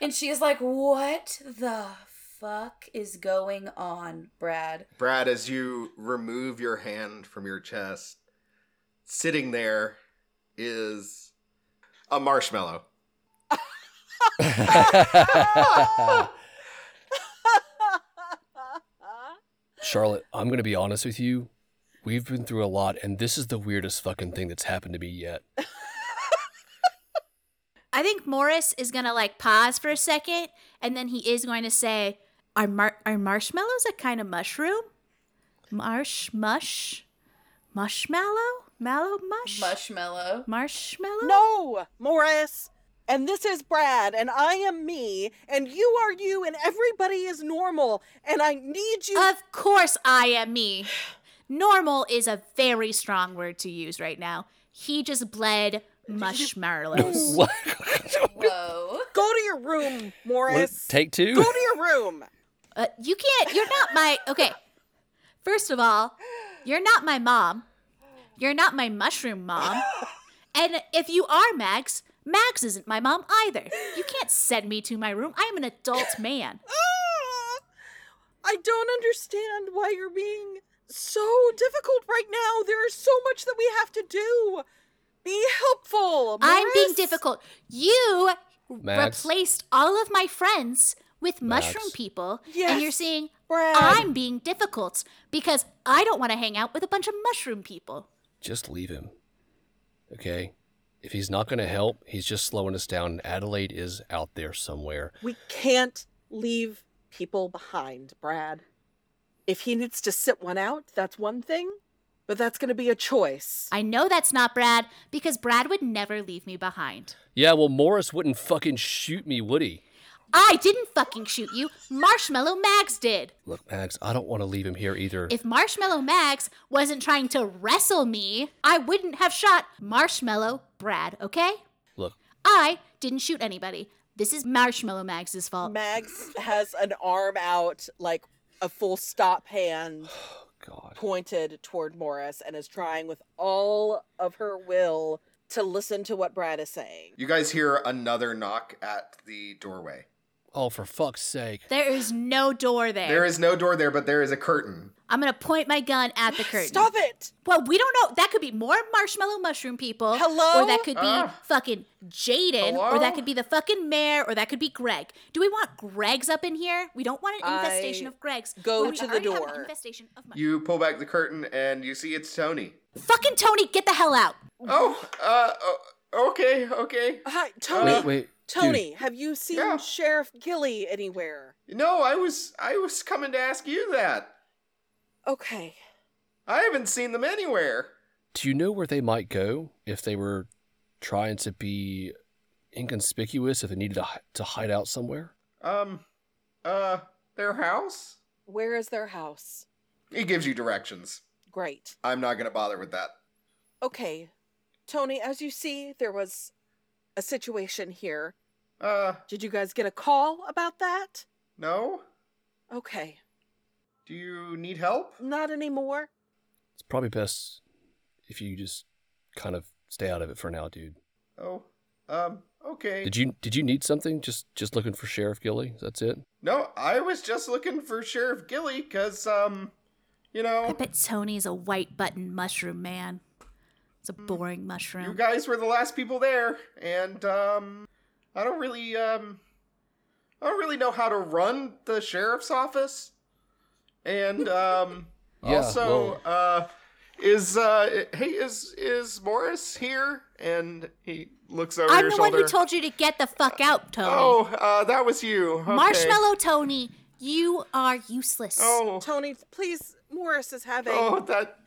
S6: and she is like, "What the fuck is going on, Brad?"
S3: Brad, as you remove your hand from your chest, sitting there is a marshmallow.
S4: Charlotte, I'm going to be honest with you. We've been through a lot, and this is the weirdest fucking thing that's happened to me yet.
S1: I think Morris is gonna like pause for a second, and then he is going to say, "Are mar- are marshmallows a kind of mushroom? Marsh mush, marshmallow, mallow mush,
S6: Mushmallow.
S1: marshmallow."
S2: no, Morris. And this is Brad, and I am me, and you are you, and everybody is normal, and I need you.
S1: Of course, I am me. Normal is a very strong word to use right now. He just bled marshmallows.
S4: What?
S6: Whoa.
S2: Go to your room, Morris.
S4: Take two?
S2: Go to your room.
S1: Uh, you can't. You're not my. Okay. First of all, you're not my mom. You're not my mushroom mom. And if you are Max, Max isn't my mom either. You can't send me to my room. I am an adult man.
S2: Ah, I don't understand why you're being so difficult right now. There is so much that we have to do. Be helpful.
S1: I'm being
S2: Morris.
S1: difficult. You
S4: Max.
S1: replaced all of my friends with mushroom
S4: Max.
S1: people,
S2: Yes,
S1: and you're saying
S2: Brad.
S1: I'm being difficult because I don't want to hang out with a bunch of mushroom people.
S4: Just leave him. Okay? If he's not going to help, he's just slowing us down, and Adelaide is out there somewhere.
S2: We can't leave people behind, Brad. If he needs to sit one out, that's one thing, but that's going to be a choice.
S1: I know that's not Brad because Brad would never leave me behind.
S4: Yeah, well, Morris wouldn't fucking shoot me, would he?
S1: I didn't fucking shoot you. Marshmallow Mags did.
S4: Look, Mags, I don't want to leave him here either.
S1: If Marshmallow Mags wasn't trying to wrestle me, I wouldn't have shot Marshmallow Brad, okay?
S4: Look,
S1: I didn't shoot anybody. This is Marshmallow Mags' fault.
S2: Mags has an arm out, like a full stop hand
S4: God.
S2: pointed toward Morris, and is trying with all of her will to listen to what Brad is saying.
S3: You guys hear another knock at the doorway.
S4: Oh, for fuck's sake.
S1: There is no door there.
S3: There is no door there, but there is a curtain.
S1: I'm gonna point my gun at the curtain.
S2: Stop it!
S1: Well, we don't know. That could be more marshmallow mushroom people.
S2: Hello?
S1: Or that could be
S3: Ah.
S1: fucking Jaden. Or that could be the fucking mayor. Or that could be Greg. Do we want Gregs up in here? We don't want an infestation
S2: I
S1: of Gregs.
S2: go
S1: when we
S2: to the
S1: already have an
S2: door.
S1: infestation of mush-
S3: You pull back the curtain and you see it's Tony.
S1: fucking Tony, get the hell out.
S3: Oh, uh, o- okay, okay.
S2: Hi, Tony.
S4: Wait, wait.
S2: Tony,
S4: Dude,
S2: have you seen
S3: Yeah.
S2: Sheriff Gilly anywhere?
S3: No, I was, I was coming to ask you that.
S2: Okay.
S3: I haven't seen them anywhere.
S4: do you know where they might go if they were trying to be inconspicuous, if they needed to, hi- to hide out somewhere?
S3: Um, uh, their house?
S2: Where is their house?
S3: He gives you directions.
S2: Great.
S3: I'm not gonna bother with that.
S2: Okay. Tony, as you see, there was a situation here.
S3: Uh,
S2: Did you guys get a call about that?
S3: no?
S2: Okay.
S3: Do you need help?
S2: Not anymore.
S4: It's probably best if you just kind of stay out of it for now, dude.
S3: Oh, um, okay.
S4: Did you did you need something? Just just looking for Sheriff Gilly. That's it.
S3: No, I was just looking for Sheriff Gilly, cause, um, you
S1: I
S3: know,
S1: bet Tony's a white button mushroom man. It's a boring
S3: Mm. you
S1: mushroom.
S3: guys were the last people there, and, um, I don't really, um, I don't really know how to run the sheriff's office. And, um,
S4: Yeah,
S3: also, uh, is, uh, hey, is, is Morris here? And he looks over
S1: I'm
S3: your
S1: the
S3: shoulder.
S1: one who told you to get the fuck out, Tony.
S3: Oh, uh, that was you. Okay.
S1: Marshmallow Tony, you are useless.
S3: Oh,
S2: Tony, please, Morris is having.
S3: oh, that.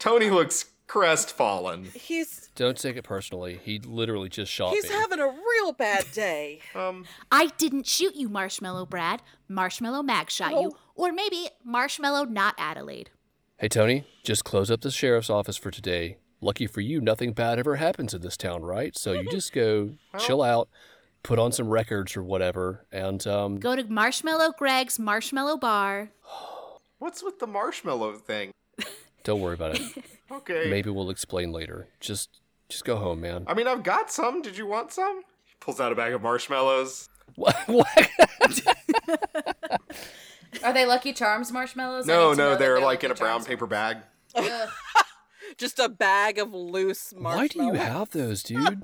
S3: Tony looks crestfallen.
S2: He's
S4: Don't take it personally. He literally just shot
S2: he's
S4: me.
S2: having a real bad day.
S3: Um,
S1: I didn't shoot you, Marshmallow Brad. Marshmallow Mag shot
S2: Oh.
S1: you. Or maybe Marshmallow, not Adelaide.
S4: hey Tony, just close up the sheriff's office for today. Lucky for you, nothing bad ever happens in this town, right? So you just go chill out, put on some records or whatever, and um,
S1: Go to Marshmallow Greg's Marshmallow Bar.
S3: what's with the marshmallow thing?
S4: don't worry about it.
S3: Okay.
S4: Maybe we'll explain later. Just just go home, man.
S3: I mean, I've got some. Did you want some? He pulls out a bag of marshmallows.
S4: What? what?
S6: Are they Lucky Charms marshmallows? I
S3: no,
S6: need to know
S3: no,
S6: that
S3: they're like in a
S6: Lucky
S3: brown
S6: Charms.
S3: paper bag.
S6: Ugh.
S2: Just a bag of loose marshmallows.
S4: Why do you have those, dude?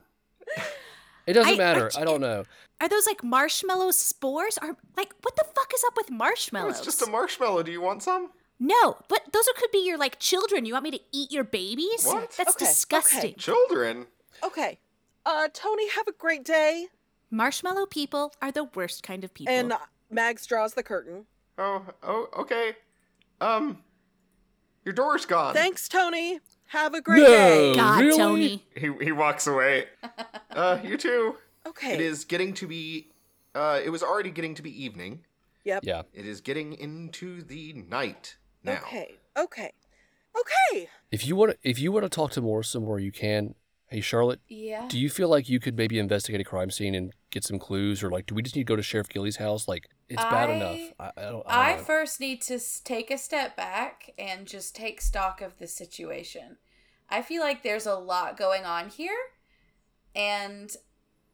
S4: It doesn't
S1: I-
S4: matter.
S1: I-
S4: I don't know.
S1: Are those like marshmallow spores? Are like what the fuck is up with
S3: Oh,
S1: marshmallows?
S3: it's just a marshmallow. Do you want some?
S1: no, but those are- could be your like children. You want me to eat your babies?
S3: What?
S1: That's
S2: Okay,
S1: disgusting.
S3: Children.
S2: Okay. Uh, Tony, have a great day.
S1: Marshmallow people are the worst kind of people.
S2: And Mags draws the curtain.
S3: Oh, oh, okay. Um, your door's gone.
S2: Thanks, Tony. Have a great
S4: Uh, No.
S2: day.
S1: God,
S4: Really?
S1: Tony.
S3: he he walks away. uh, you too.
S2: Okay.
S3: It is getting to be. Uh, it was already getting to be evening.
S2: Yep.
S4: Yeah.
S3: It is getting into the night now.
S2: Okay. Okay. Okay.
S4: If you want to, if you want to talk to Morris some more, you can. Hey, Charlotte,
S6: Yeah.
S4: do you feel like you could maybe investigate a crime scene and get some clues, or like, do we just need to go to Sheriff Gilly's house? Like, it's bad
S6: I-
S4: enough. I, I don't. I,
S6: I
S4: don't know.
S6: first need to s- take a step back and just take stock of the situation. I feel like there's a lot going on here, and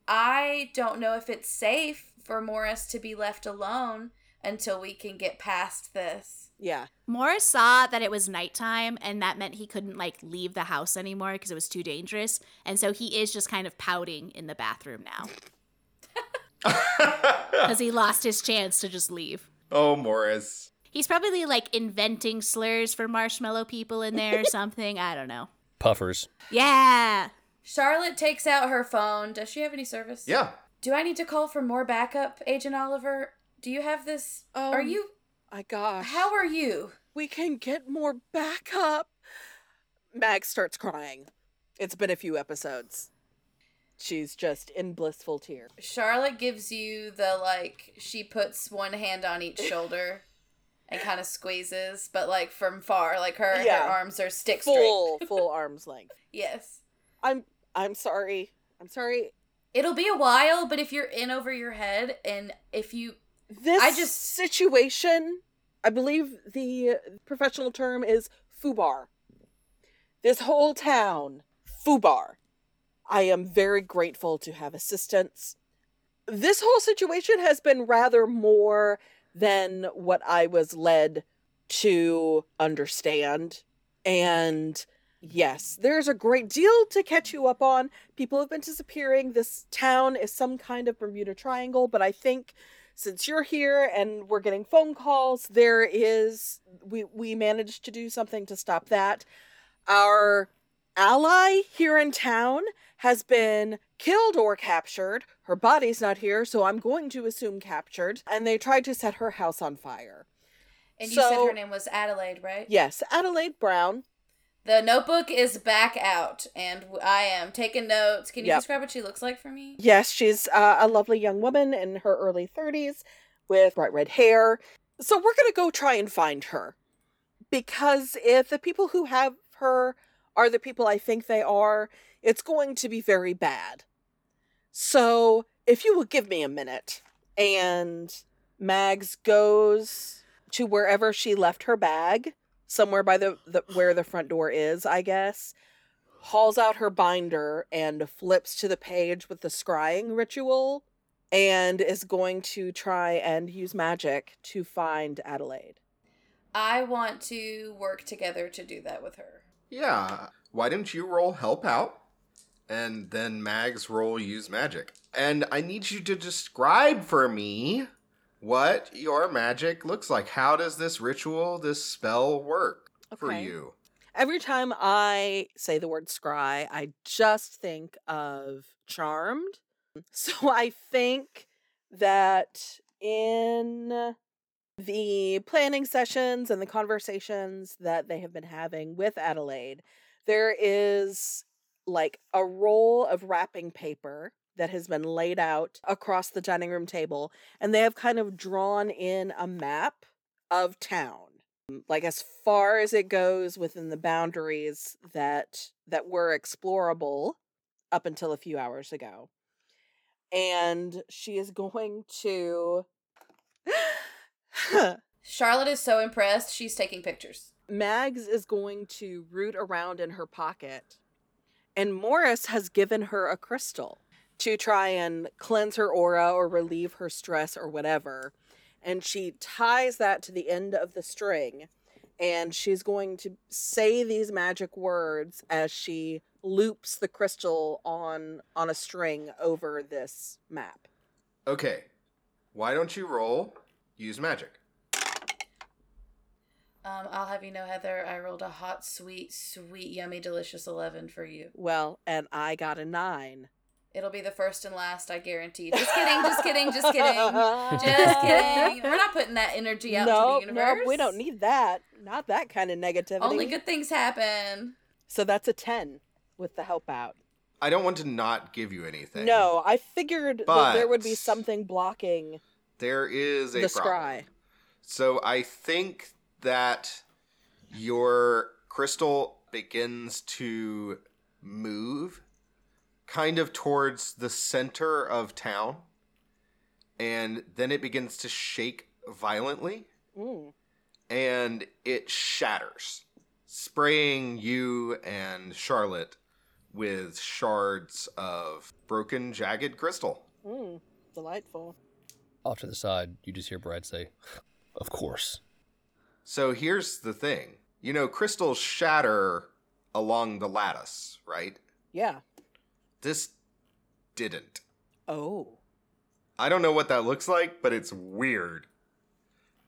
S6: I don't know if it's safe for Morris to be left alone until we can get past this.
S2: Yeah.
S1: Morris saw that it was nighttime and that meant he couldn't like leave the house anymore because it was too dangerous. And so he is just kind of pouting in the bathroom now because he lost his chance to just leave.
S3: oh, Morris.
S1: He's probably like inventing slurs for marshmallow people in there or something. I don't know.
S4: puffers.
S1: Yeah.
S6: Charlotte takes out her phone. Does she have any service?
S3: Yeah.
S6: Do I need to call for more backup, Agent Oliver? Do you have this? are
S2: Um,
S6: you?
S2: My gosh.
S6: How are you?
S2: we can get more backup. Mags starts crying. It's been a few episodes. She's just in blissful tears.
S6: Charlotte gives you the like she puts one hand on each shoulder and kind of squeezes, but like from far, like her
S2: Yeah.
S6: her arms are stick straight.
S2: Full, full arm's length.
S6: Yes.
S2: I'm, I'm sorry. I'm sorry.
S6: It'll be a while, but if you're in over your head and if you
S2: This
S6: I just-
S2: situation, I believe the professional term is fubar. This whole town, fubar. I am very grateful to have assistance. This whole situation has been rather more than what I was led to understand. And yes, there's a great deal to catch you up on. People have been disappearing. This town is some kind of Bermuda Triangle, but I think since you're here and we're getting phone calls there is we we managed to do something to stop that our ally here in town has been killed or captured her body's not here so i'm going to assume captured and they tried to set her house on fire
S6: and you said
S2: So-
S6: her name was Adelaide, right?
S2: yes adelaide brown
S6: The notebook is back out, and w- I am taking notes. Can you
S2: Yep.
S6: describe what she looks like for me?
S2: Yes, she's uh, a lovely young woman in her early 30s with bright red hair. So we're going to go try and find her. Because if the people who have her are the people I think they are, it's going to be very bad. So if you will give me a minute. And Mags goes to wherever she left her bag, somewhere by the, the where the front door is, I guess hauls out her binder and flips to the page with the scrying ritual and is going to try and use magic to find Adelaide.
S6: I want to work together to do that with her.
S3: Yeah. Why didn't you roll help out? And then Mags roll use magic. And I need you to describe for me what your magic looks like. How does this ritual, this spell work for
S2: Okay.
S3: you?
S2: Every time I say the word scry, I just think of charmed. So I think that in the planning sessions and the conversations that they have been having with Adelaide, there is like a roll of wrapping paper that has been laid out across the dining room table, and they have kind of drawn in a map of town um, like as far as it goes within the boundaries that that were explorable up until a few hours ago and she is going to
S6: Charlotte is so impressed, she's taking pictures.
S2: mags is going to root around in her pocket and morris has given her a crystal to try and cleanse her aura or relieve her stress or whatever and she ties that to the end of the string and she's going to say these magic words as she loops the crystal on on a string over this map
S3: Okay. Why don't you roll use magic?
S6: Um, I'll have you know, Heather, I rolled a hot, sweet, sweet, yummy, delicious 11 for you.
S2: well and i got a nine
S6: It'll be the first and last, I guarantee. Just kidding, just kidding, just kidding. Just kidding. We're not putting that energy out
S2: no,
S6: to the universe.
S2: No, we don't need that. Not that kind of negativity.
S6: Only good things happen.
S2: so that's a 10 with the help out.
S3: I don't want to not give you anything.
S2: No, I figured that there would be
S3: But-
S2: something blocking
S3: There is a
S2: the
S3: problem.
S2: scry.
S3: So I think that your crystal begins to move kind of towards the center of town and then it begins to shake violently
S2: Mm.
S3: and it shatters spraying you and Charlotte with shards of broken jagged crystal.
S2: Mm. Delightful.
S4: Off to the side, you just hear Brad say, Of course.
S3: So here's the thing. You know, crystals shatter along the lattice, right?
S2: Yeah.
S3: This didn't.
S2: Oh.
S3: I don't know what that looks like, but it's weird.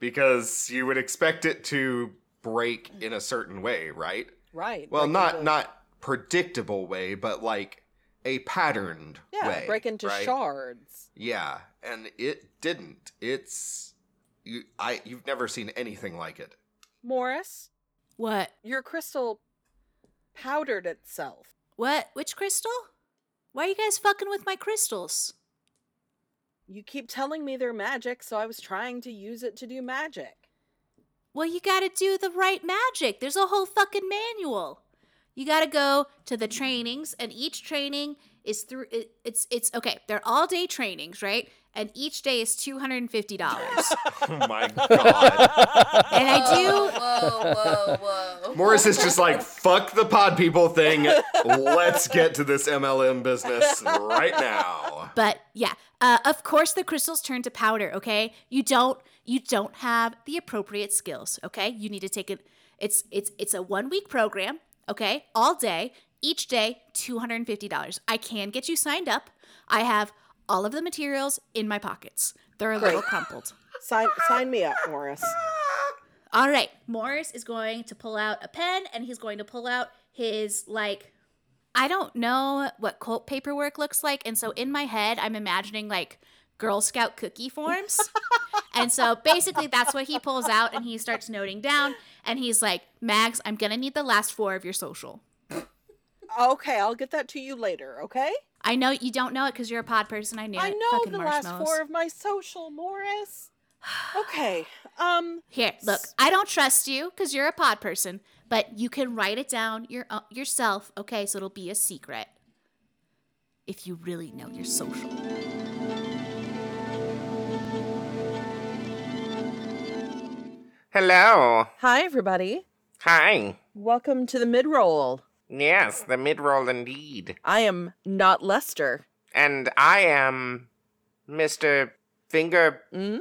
S3: Because you would expect it to break in a certain way, right?
S2: Right.
S3: Well,
S2: break
S3: not
S2: into-
S3: not predictable way, but like a patterned
S2: Yeah,
S3: way.
S2: break into
S3: right?
S2: shards.
S3: Yeah, and it didn't. It's you I you've never seen anything like it.
S2: Morris,
S1: What?
S2: your crystal powdered itself.
S1: What? Which crystal? Why are you guys fucking with my crystals?
S2: You keep telling me they're magic, so I was trying to use it to do magic.
S1: Well, you gotta do the right magic. There's a whole fucking manual. You gotta go to the trainings, and each training is through. It, it's it's okay. They're all day trainings, right? And each day is two hundred and fifty dollars.
S3: Oh my god.
S1: and I do
S6: Whoa, whoa, whoa.
S3: Morris is just like, fuck the pod people thing. Let's get to this MLM business right now.
S1: But yeah, uh, of course the crystals turn to powder. Okay, you don't you don't have the appropriate skills. Okay, you need to take it. It's it's it's a one week program. Okay, all day, each day, two hundred and fifty dollars. I can get you signed up. I have all of the materials in my pockets. They're a little crumpled.
S2: Sign sign me up, Morris.
S1: All right, Morris is going to pull out a pen and he's going to pull out his like I don't know what cult paperwork looks like and so in my head I'm imagining like Girl Scout cookie forms. and so basically that's what he pulls out and he starts noting down and he's like, "Mags, I'm going to need the last four of your social."
S2: Okay, I'll get that to you later, okay?
S1: I know you don't know it cuz you're a pod person. I knew
S2: I
S1: it.
S2: know
S1: Fucking
S2: the last
S1: marshmallows.
S2: four of my social, Morris. Okay. Um
S1: Here, look, I don't trust you because you're a pod person, but you can write it down your, uh, yourself, okay? So it'll be a secret. If you really know your social.
S8: Hello.
S2: Hi everybody.
S8: Hi.
S2: Welcome to the mid-roll.
S8: Yes, the midroll indeed.
S2: I am not Lester.
S8: And I am Mr. Finger
S2: Mm?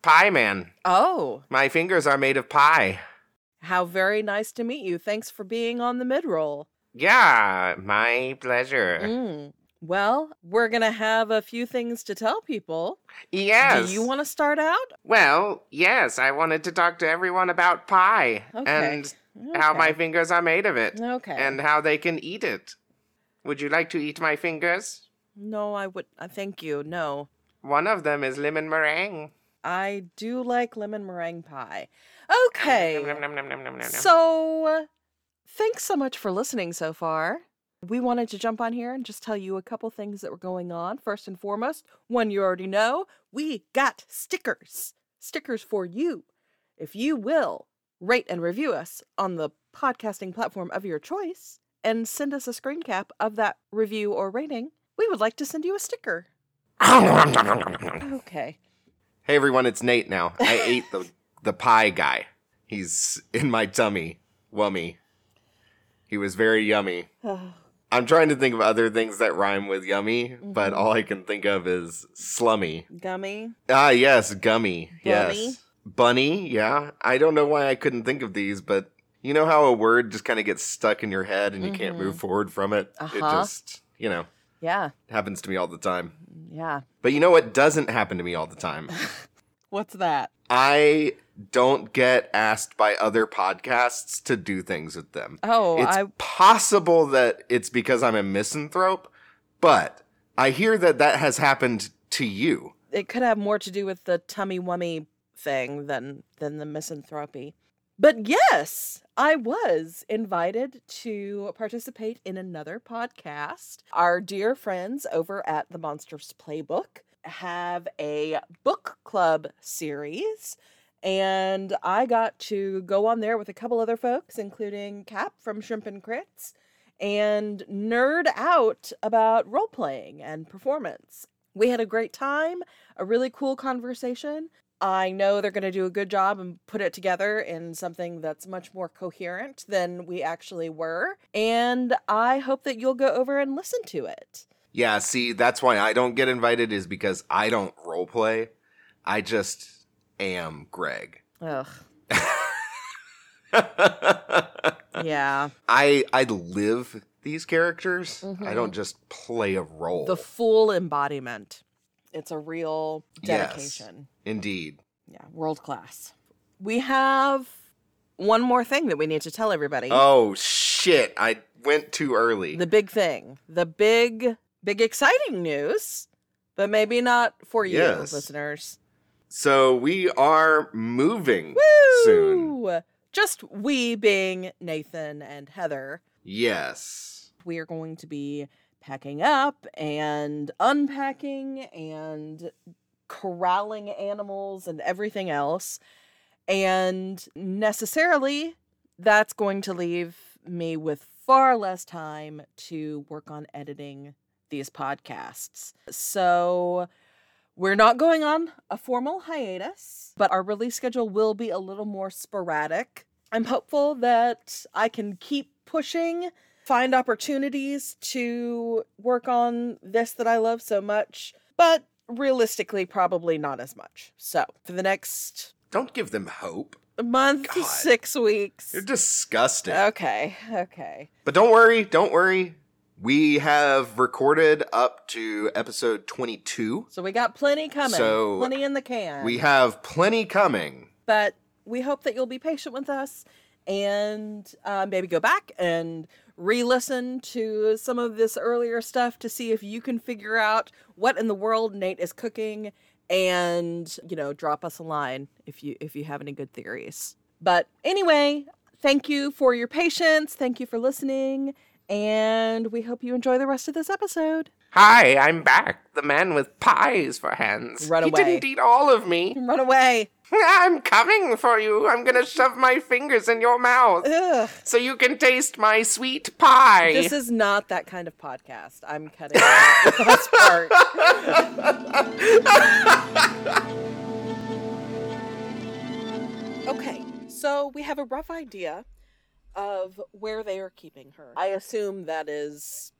S8: Pie Man.
S2: Oh,
S8: My fingers are made of pie.
S2: how very nice to meet you. Thanks for being on the mid-roll.
S8: Yeah, my pleasure.
S2: Mm. Well, we're going to have a few things to tell people.
S8: Yes.
S2: Do you want to start out?
S8: Well, yes, I wanted to talk to everyone about pie
S2: Okay.
S8: and how my fingers are made of it
S2: Okay.
S8: and how they can eat it. Would you like to eat my fingers?
S2: No, I would I thank you. No.
S8: One of them is lemon meringue.
S2: I do like lemon meringue pie. Okay.
S8: Nom, nom, nom, nom, nom, nom, nom.
S2: So, uh, thanks so much for listening so far. We wanted to jump on here and just tell you a couple things that were going on. First and foremost, one you already know, we got stickers. Stickers for you. If you will rate and review us on the podcasting platform of your choice and send us a screen cap of that review or rating, we would like to send you a sticker. Okay.
S3: Hey everyone, it's Nate now. I ate the the pie guy. He's in my tummy. Wummy. He was very yummy. I'm trying to think of other things that rhyme with yummy, but all I can think of is slummy.
S2: Mm-hmm. Gummy.
S3: Ah, yes, gummy.
S2: Bunny.
S3: Yes. Bunny, yeah. I don't know why I couldn't think of these, but you know how a word just kind of gets stuck in your head and you can't move forward from it? It
S2: Mm-hmm. Uh-huh.
S3: just, you know,
S2: Yeah.
S3: happens to me all the time.
S2: Yeah.
S3: But you know what doesn't happen to me all the time?
S2: What's that?
S3: I don't get asked by other podcasts to do things with them.
S2: Oh,
S3: it's
S2: I
S3: possible that it's because I'm a misanthrope, but I hear that that has happened to you.
S2: it could have more to do with the tummy wummy thing than than the misanthropy. But yes, I was invited to participate in another podcast. Our dear friends over at the Monsters Playbook have a book club series. And I got to go on there with a couple other folks, including Cap from Shrimp and Crits, and nerd out about role playing and performance. We had a great time a really cool conversation. I know they're going to do a good job and put it together in something that's much more coherent than we actually were. And I hope that you'll go over and listen to it.
S3: Yeah, see, that's why I don't get invited is because I don't roleplay. I just am Greg.
S2: Ugh.
S3: I
S2: Yeah.
S3: I live these characters. I
S2: Mhm.
S3: don't just play a role.
S2: The full embodiment. It's a real
S3: Yes.
S2: dedication.
S3: Indeed.
S2: Yeah. World class. We have one more thing that we need to tell everybody.
S3: Oh shit, I went too early.
S2: the big thing, the big, big exciting news, but maybe not for you,
S3: Yes.
S2: listeners.
S3: So we are moving soon.
S2: Woo! Just we being Nathan and Heather,
S3: Yes.
S2: we are going to be packing up and unpacking and corralling animals and everything else. And necessarily, that's going to leave me with far less time to work on editing these podcasts. So we're not going on a formal hiatus, but our release schedule will be a little more sporadic. I'm hopeful that I can keep pushing, find opportunities to work on this that I love so much, but realistically, probably not as much. So for the next
S3: Don't give them hope.
S2: month, to
S3: God.
S2: six weeks.
S3: You're disgusting.
S2: Okay, okay.
S3: But don't worry, don't worry. We have recorded up to episode 22.
S2: So we got plenty coming,
S3: So,
S2: plenty in the can.
S3: We have plenty coming.
S2: but we hope that you'll be patient with us and uh, maybe go back and re-listen to some of this earlier stuff to see if you can figure out what in the world Nate is cooking and you know drop us a line if you if you have any good theories but anyway thank you for your patience thank you for listening and we hope you enjoy the rest of this episode
S8: Hi, I'm back, the man with pies for hands.
S2: Run
S8: he
S2: away.
S8: didn't eat all of me.
S2: run away
S8: I'm coming for you. I'm gonna shove my fingers in your mouth
S2: Ugh.
S8: so you can taste my sweet pie.
S2: Uh, This is not that kind of podcast. I'm cutting out the last part. okay, so we have a rough idea of where they are keeping her. I assume that is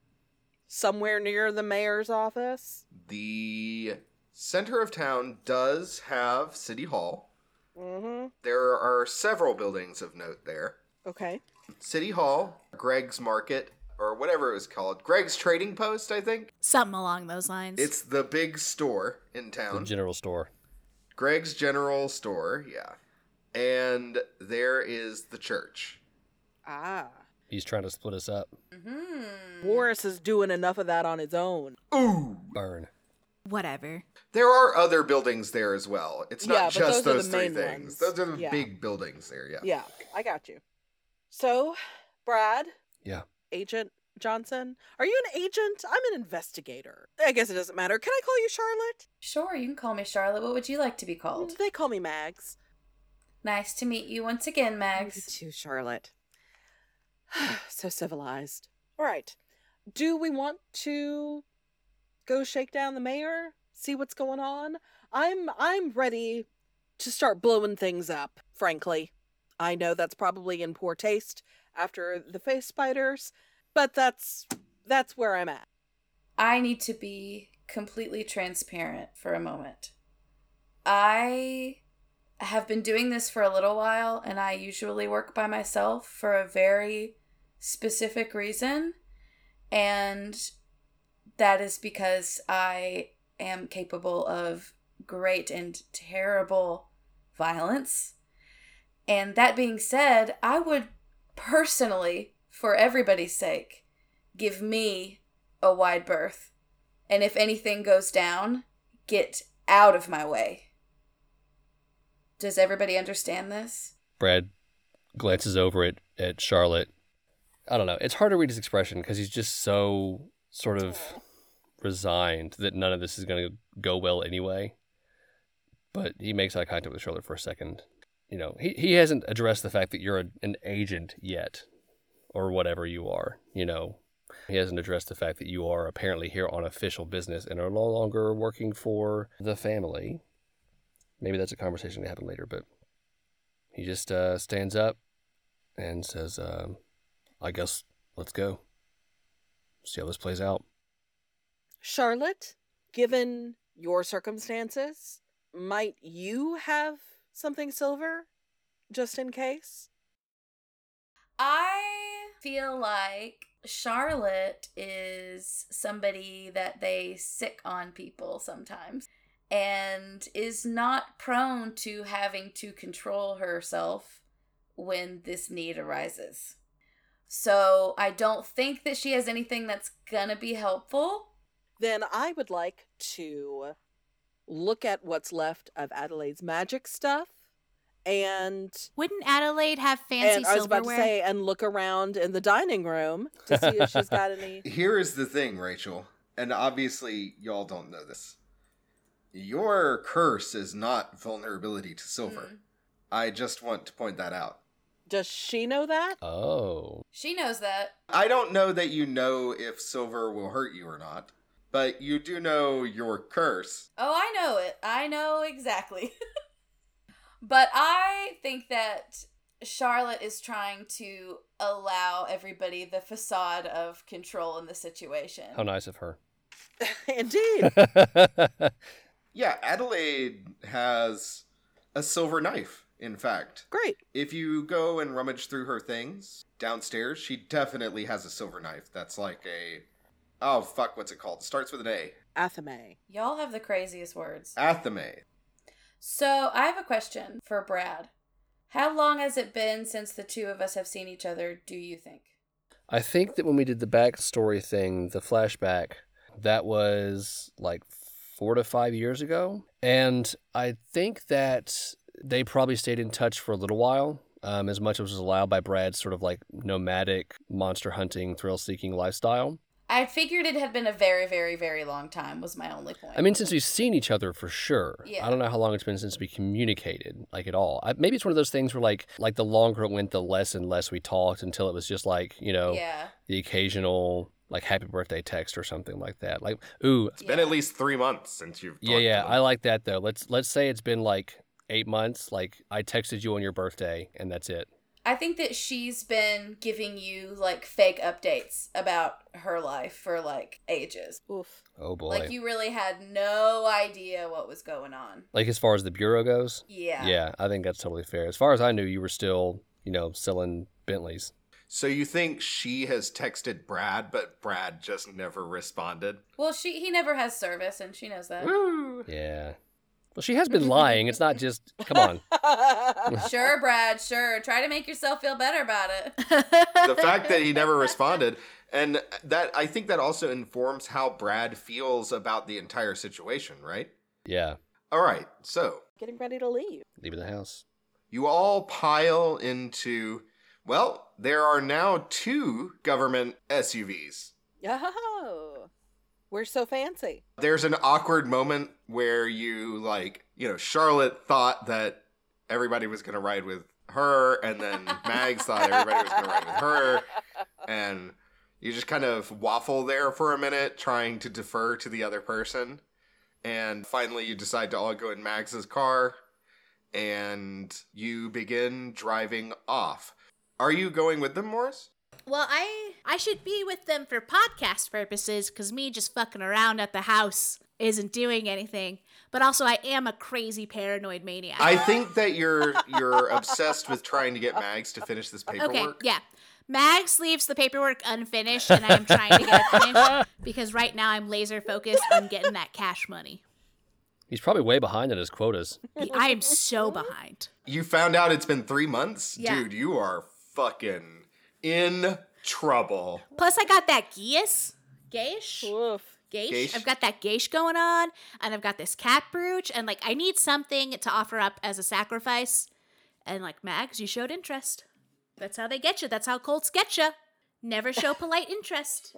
S2: somewhere near the mayor's office.
S3: The center of town does have City Hall.
S2: Mm-hmm.
S3: There are several buildings of note there.
S2: Okay.
S3: City Hall, Greg's Market, or whatever it was called. Greg's Trading Post, I think.
S1: Something along those lines.
S3: It's the big store in
S4: The
S3: town.
S4: general store.
S3: Greg's General Store, yeah. And there is the church.
S2: Ah.
S4: He's trying to split us up.
S6: Mm-hmm.
S2: Boris is doing enough of that on his own.
S3: Ooh!
S4: Burn.
S1: Whatever.
S3: There are other buildings there as well. It's
S2: Yeah,
S3: not
S2: but
S3: just
S2: those are
S3: those,
S2: the
S3: three
S2: main
S3: things.
S2: ones.
S3: Those are the
S2: Yeah.
S3: big buildings there, yeah.
S2: Yeah, I got you. So, Brad,
S4: Yeah.
S2: Agent Johnson. Are you an agent? I'm an investigator. I guess it doesn't matter. Can I call you Charlotte?
S6: Sure, you can call me Charlotte. What would you like to be called?
S2: They call me Mags.
S6: Nice to meet you once again, Mags.
S2: too, Charlotte. so civilized. All right. Do we want to go shake down the mayor? See what's going on? I'm I'm ready to start blowing things up, frankly. I know that's probably in poor taste after the face spiders, but that's that's where I'm at.
S6: I need to be completely transparent for a moment. I have been doing this for a little while and I usually work by myself for a very specific reason. And that is because I am capable of great and terrible violence. And that being said, I would personally, for everybody's sake, give me a wide berth. And if anything goes down, get out of my way. Does everybody understand this?
S4: Brad glances over at, at Charlotte. I don't know. It's hard to read his expression because he's just so sort of resigned that none of this is going to go well anyway. But he makes eye contact with Charlotte for a second. You know, he, he hasn't addressed the fact that you're a, an agent yet or whatever you are. You know, he hasn't addressed the fact that you are apparently here on official business and are no longer working for the family. Maybe that's a conversation to happen later, but he just uh, stands up and says, um, I guess let's go. See how this plays out.
S2: Charlotte, given your circumstances, might you have something silver just in case?
S6: I feel like Charlotte is somebody that they sick on people sometimes and is not prone to having to control herself when this need arises. So I don't think that she has anything that's gonna be helpful.
S2: Then I would like to look at what's left of Adelaide's magic stuff and
S1: Wouldn't Adelaide have fancy
S2: and I was about to
S1: silverware?
S2: say and look around in the dining room to see if she's got any.
S3: Here is the thing, Rachel, and obviously y'all don't know this. Your curse is not vulnerability to silver.
S2: Mm-hmm.
S3: I just want to point that out.
S2: Does she know that?
S4: Oh.
S6: She knows that.
S3: I don't know that you know if silver will hurt you or not, but you do know your curse.
S6: Oh, I know it. I know exactly. but I think that Charlotte is trying to allow everybody the facade of control in the situation.
S4: How nice of her.
S2: Indeed.
S3: Yeah, Adelaide has a silver knife, in fact.
S2: Great.
S3: If you go and rummage through her things downstairs, she definitely has a silver knife. That's like a. Oh, fuck, what's it called? starts with an A.
S2: Athame.
S6: Y'all have the craziest words.
S3: Athame.
S6: So I have a question for Brad. How long has it been since the two of us have seen each other, do you think?
S4: I think that when we did the backstory thing, the flashback, that was like four to five years ago. And I think that they probably stayed in touch for a little while, um, as much as was allowed by Brad's sort of like nomadic, monster hunting, thrill seeking lifestyle.
S6: I figured it had been a very, very, very long time, was my only point.
S4: I mean, since we've seen each other for sure,
S6: Yeah.
S4: I don't know how long it's been since we communicated, like at all. I, maybe it's one of those things where, like, like the longer it went, the less and less we talked until it was just like, you know,
S6: yeah.
S4: the occasional like happy birthday text or something like that. Like, ooh,
S6: It's
S3: Been at least three months since you've.
S4: yeah,
S3: talked
S4: yeah,
S3: to
S4: I
S3: them.
S4: like that though. Let's let's say it's been like eight months. Like, I texted you on your birthday, and that's it.
S6: I think that she's been giving you like fake updates about her life for like ages.
S2: Oof.
S4: Oh boy.
S6: Like you really had no idea what was going on.
S4: Like, as far as the bureau goes,
S6: Yeah.
S4: I think that's totally fair. As far as I knew, you were still, you know, selling Bentleys.
S3: So you think she has texted Brad, but Brad just never responded?
S6: Well, she he never has service and she knows that.
S4: Yeah. Well, she has been lying. It's not just. Come on.
S6: sure, Brad, sure. Try to make yourself feel better about it.
S3: the fact that he never responded and that i think that also informs how brad feels about the entire situation right
S4: Yeah.
S3: all right so
S2: Getting ready to leave.
S4: Leaving the house.
S3: you all pile into well there are now two government suvs
S2: Oh, we're so fancy.
S3: there's an awkward moment where you like you know charlotte thought that everybody was going to ride with her and then mags thought everybody was going to ride with her and you just kind of waffle there for a minute trying to defer to the other person and finally you decide to all go in mags's car and you begin driving off are you going with them morris
S1: well, I I should be with them for podcast purposes because me just fucking around at the house isn't doing anything. But also, I am a crazy paranoid maniac.
S3: i think that you're you're obsessed with trying to get mags to finish this paperwork
S1: Okay, yeah. Mags leaves the paperwork unfinished, and I am trying to get it finished because right now I'm laser focused on getting that cash money.
S4: He's probably way behind on his quotas.
S1: I am so behind.
S3: You found out it's been three months?
S1: Yeah.
S3: Dude, you are fucking in trouble.
S1: Plus, I got that geis, geish,
S2: Oof.
S1: geish.
S3: Geish.
S1: I've got that geish going on, and I've got this cat brooch, and like I need something to offer up as a sacrifice. And like Mags, you showed interest. That's how they get you. That's how Colts get you. Never show polite interest.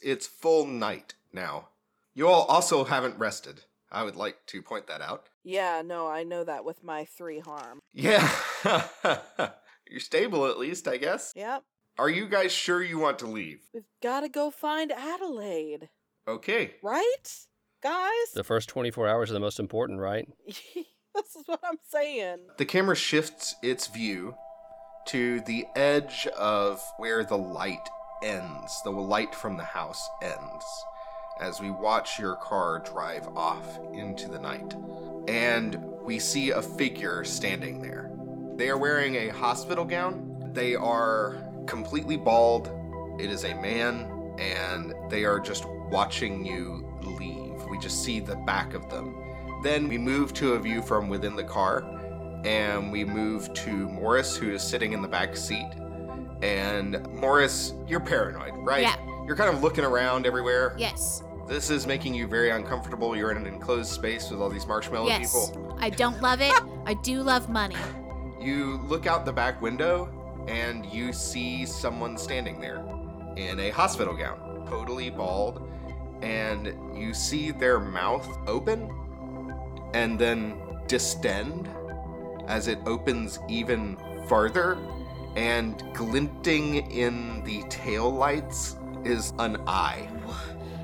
S3: It's full night now. You all also haven't rested. I would like to point that out.
S2: Yeah, no, I know that with my three harm.
S3: Yeah. You're stable at least, I guess.
S2: Yep.
S3: Are you guys sure you want to leave?
S2: We've got to go find Adelaide,
S3: Okay.
S2: right? Guys?
S4: The first 24 hours are the most important, right?
S2: this is what I'm saying.
S3: The camera shifts its view to the edge of where the light ends, the light from the house ends, as we watch your car drive off into the night. And we see a figure standing there. They are wearing a hospital gown, they are completely bald. It is a man, and they are just watching you leave. We just see the back of them. Then we move to a view from within the car, and we move to Morris, who is sitting in the back seat. And Morris, you're paranoid, right?
S1: Yeah.
S3: You're kind of looking around everywhere.
S1: Yes.
S3: This is making you very uncomfortable. You're in an enclosed space with all these marshmallow
S1: yes.
S3: people.
S1: I don't love it. I do love money.
S3: You look out the back window and you see someone standing there in a hospital gown, totally bald, and you see their mouth open and then distend as it opens even farther and glinting in the tail lights is an eye.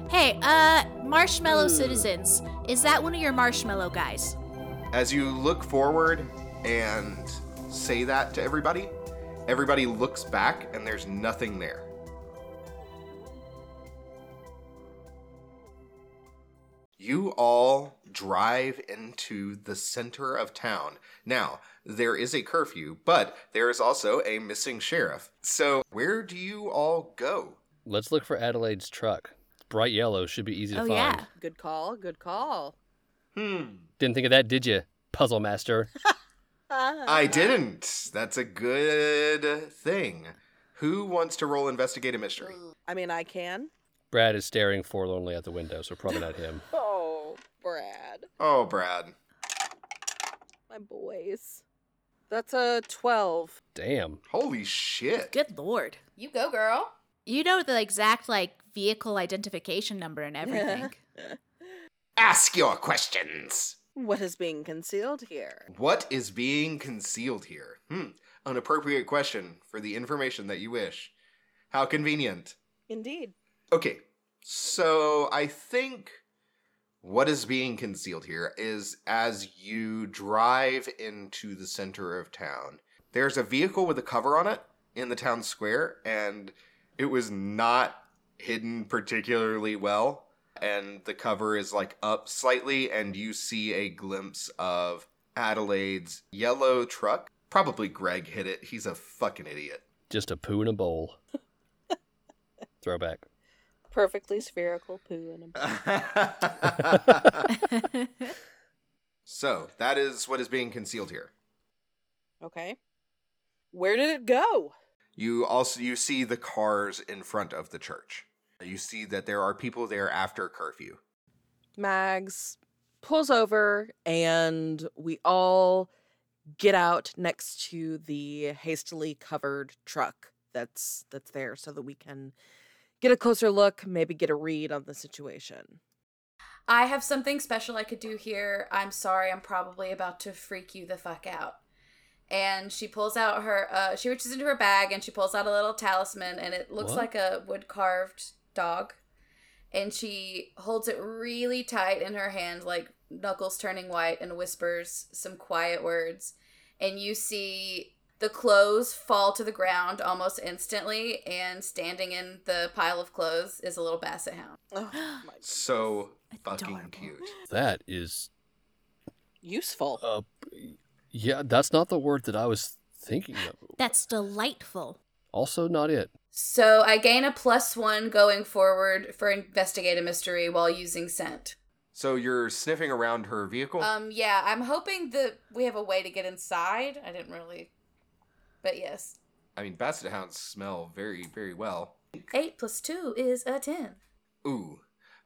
S1: Hey, uh, marshmallow citizens, is that one of your marshmallow guys?
S3: As you look forward and say that to everybody, everybody looks back and there's nothing there. You all drive into the center of town. Now, there is a curfew, but there is also a missing sheriff. So, where do you all go?
S4: Let's look for Adelaide's truck. It's bright yellow should be easy to
S1: Oh,
S4: find.
S1: yeah.
S2: Good call. Good call.
S4: Didn't think of that, did you, puzzle master?
S2: Ah.
S3: I didn't. That's a good thing. Who wants to roll investigate a mystery?
S2: I mean, I can.
S4: Brad is staring forlornly out the window, so probably not him.
S2: Oh, Brad,
S3: Oh, Brad.
S2: my boys. That's a 12.
S4: Damn.
S3: Holy shit.
S1: Good lord.
S6: You go, girl.
S1: You know the exact, like, vehicle identification number and everything.
S3: Ask your questions.
S2: What is being concealed here?
S3: What is being concealed here? Hmm. An appropriate question for the information that you wish. How convenient.
S2: Indeed.
S3: Okay. So I think what is being concealed here is as you drive into the center of town, there's a vehicle with a cover on it in the town square, and it was not hidden particularly well. And the cover is like up slightly, and you see a glimpse of Adelaide's yellow truck. Probably Greg hit it. He's a fucking idiot.
S4: Just a poo in a bowl. Throwback.
S2: Perfectly spherical poo in a.
S3: So that is what is being concealed here.
S2: Okay. Where did it go?
S3: You also you see the cars in front of the church. You see that there are people there after curfew.
S2: Mags pulls over and we all get out next to the hastily covered truck that's that's there so that we can get a closer look, maybe get a read on the situation.
S6: I have something special I could do here. I'm sorry, I'm probably about to freak you the fuck out. And she pulls out her, uh, she reaches into her bag and she pulls out a little talisman and it looks
S4: What?
S6: like a wood carved dog. And she holds it really tight in her hand, like knuckles turning white, and whispers some quiet words. And you see the clothes fall to the ground almost instantly. And standing in the pile of clothes is a little basset hound.
S2: Oh my
S3: So fucking
S1: Adorable.
S3: cute.
S4: That is.
S2: useful.
S4: Uh, yeah, that's not the word that I was thinking of.
S1: That's delightful.
S4: Also, not it.
S6: So I gain a plus one going forward for investigate a mystery while using scent.
S3: So you're sniffing around her vehicle.
S6: Um, yeah, I'm hoping that we have a way to get inside. I didn't really, but yes,
S3: I mean, basset hounds smell very very well.
S6: eight plus two is a ten.
S3: Ooh,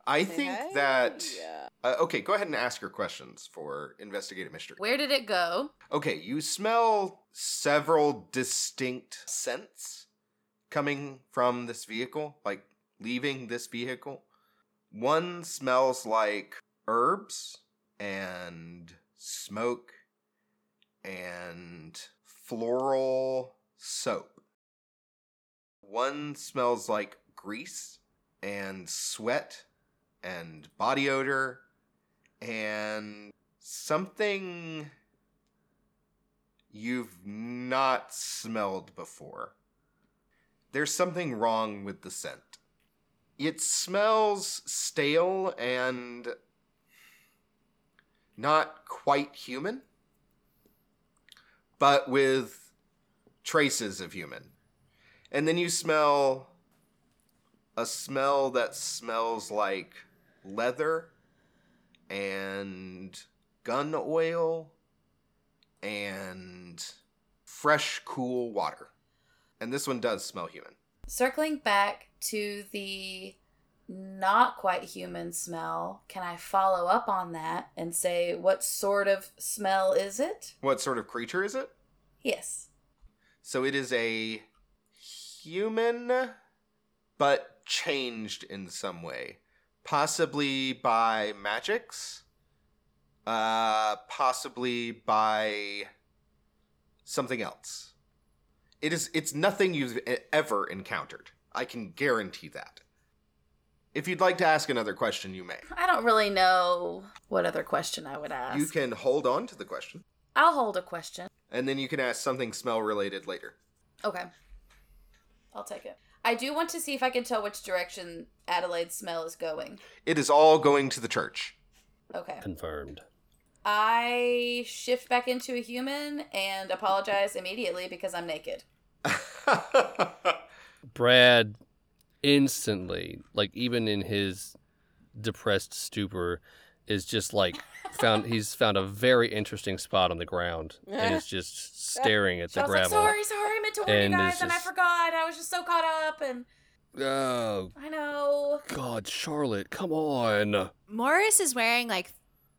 S3: I think
S2: Hey,
S3: that.
S2: yeah.
S3: Uh, okay, go ahead and ask your questions for investigative mystery.
S6: Where did it go?
S3: Okay, you smell several distinct scents coming from this vehicle, like leaving this vehicle. One smells like herbs and smoke and floral soap. One smells like grease and sweat and body odor and something you've not smelled before. There's something wrong with the scent. It smells stale and not quite human, but with traces of human. And then you smell a smell that smells like leather and gun oil and fresh, cool water. And this one does smell human.
S6: Circling back to the not quite human smell, can I follow up on that and say what sort of smell is it?
S3: What sort of creature is it?
S6: Yes.
S3: So it is a human, but changed in some way, possibly by magics, uh, possibly by something else. It is. It's nothing you've e- ever encountered. I can guarantee that. If you'd like to ask another question, you may.
S6: I don't really know what other question I would ask.
S3: You can hold on to the question,
S6: I'll hold a question.
S3: and then you can ask something smell related later.
S6: Okay. I'll take it. I do want to see if I can tell which direction Adelaide's smell is going.
S3: It is all going to the church.
S6: Okay.
S4: Confirmed.
S6: I shift back into a human and apologize immediately because I'm naked.
S4: Brad instantly, like even in his depressed stupor, is just like found he's found a very interesting spot on the ground and is just staring at the
S6: I was like,
S4: gravel.
S6: sorry, sorry, I meant to warn
S4: And
S6: you guys,
S4: it's
S6: and I
S4: just-
S6: forgot. I was just so caught up, and
S4: Oh
S6: I know.
S4: God, Charlotte, come on.
S1: Morris is wearing like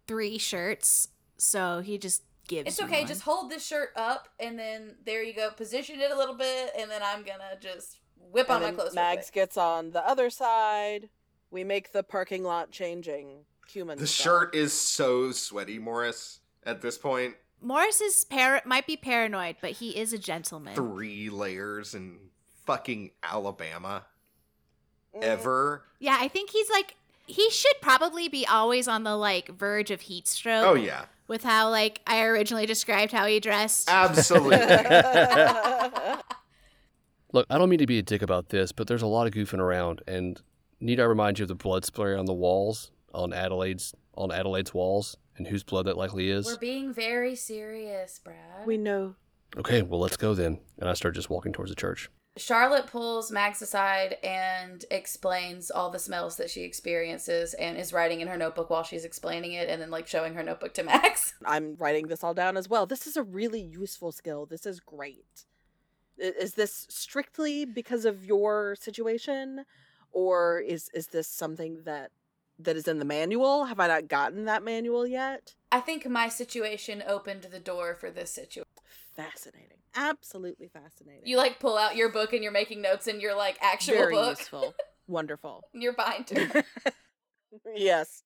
S1: three shirts, so he just gives.
S6: It's
S1: you
S6: okay.
S1: one.
S6: Just hold this shirt up, and then there you go. Position it a little bit, and then I'm gonna just whip on
S2: And
S6: my
S2: then
S6: clothes. real
S2: Mags
S6: quick.
S2: gets on the other side. We make the parking lot changing human.
S3: The
S2: style.
S3: shirt is so sweaty, Morris. At this point,
S1: Morris is par- might be paranoid, but he is a gentleman.
S3: three layers in fucking Alabama
S2: Mm.
S3: ever.
S1: Yeah, I think he's like he should probably be always on the like verge of heat stroke.
S3: Oh yeah,
S1: With how like I originally described how he dressed.
S3: absolutely.
S4: Look, I don't mean to be a dick about this, but there's a lot of goofing around, and need I remind you of the blood splatter on the walls on Adelaide's on Adelaide's walls, and whose blood that likely
S6: We're
S4: is?
S6: being very serious, Brad.
S2: we know.
S4: Okay, well let's go then. And I start just walking towards the church.
S6: Charlotte pulls Mags aside and explains all the smells that she experiences, and is writing in her notebook while she's explaining it, and then like showing her notebook to Max.
S2: I'm writing this all down as well. This is a really useful skill. This is great. I- Is this strictly because of your situation, or is is this something that that is in the manual? Have I not gotten that manual yet?
S6: I think my situation opened the door for this situation.
S2: Fascinating. Absolutely fascinating.
S6: You like pull out your book and you're making notes in your like actual
S2: Very
S6: book,
S2: useful. Wonderful.
S6: in your binder.
S2: yes.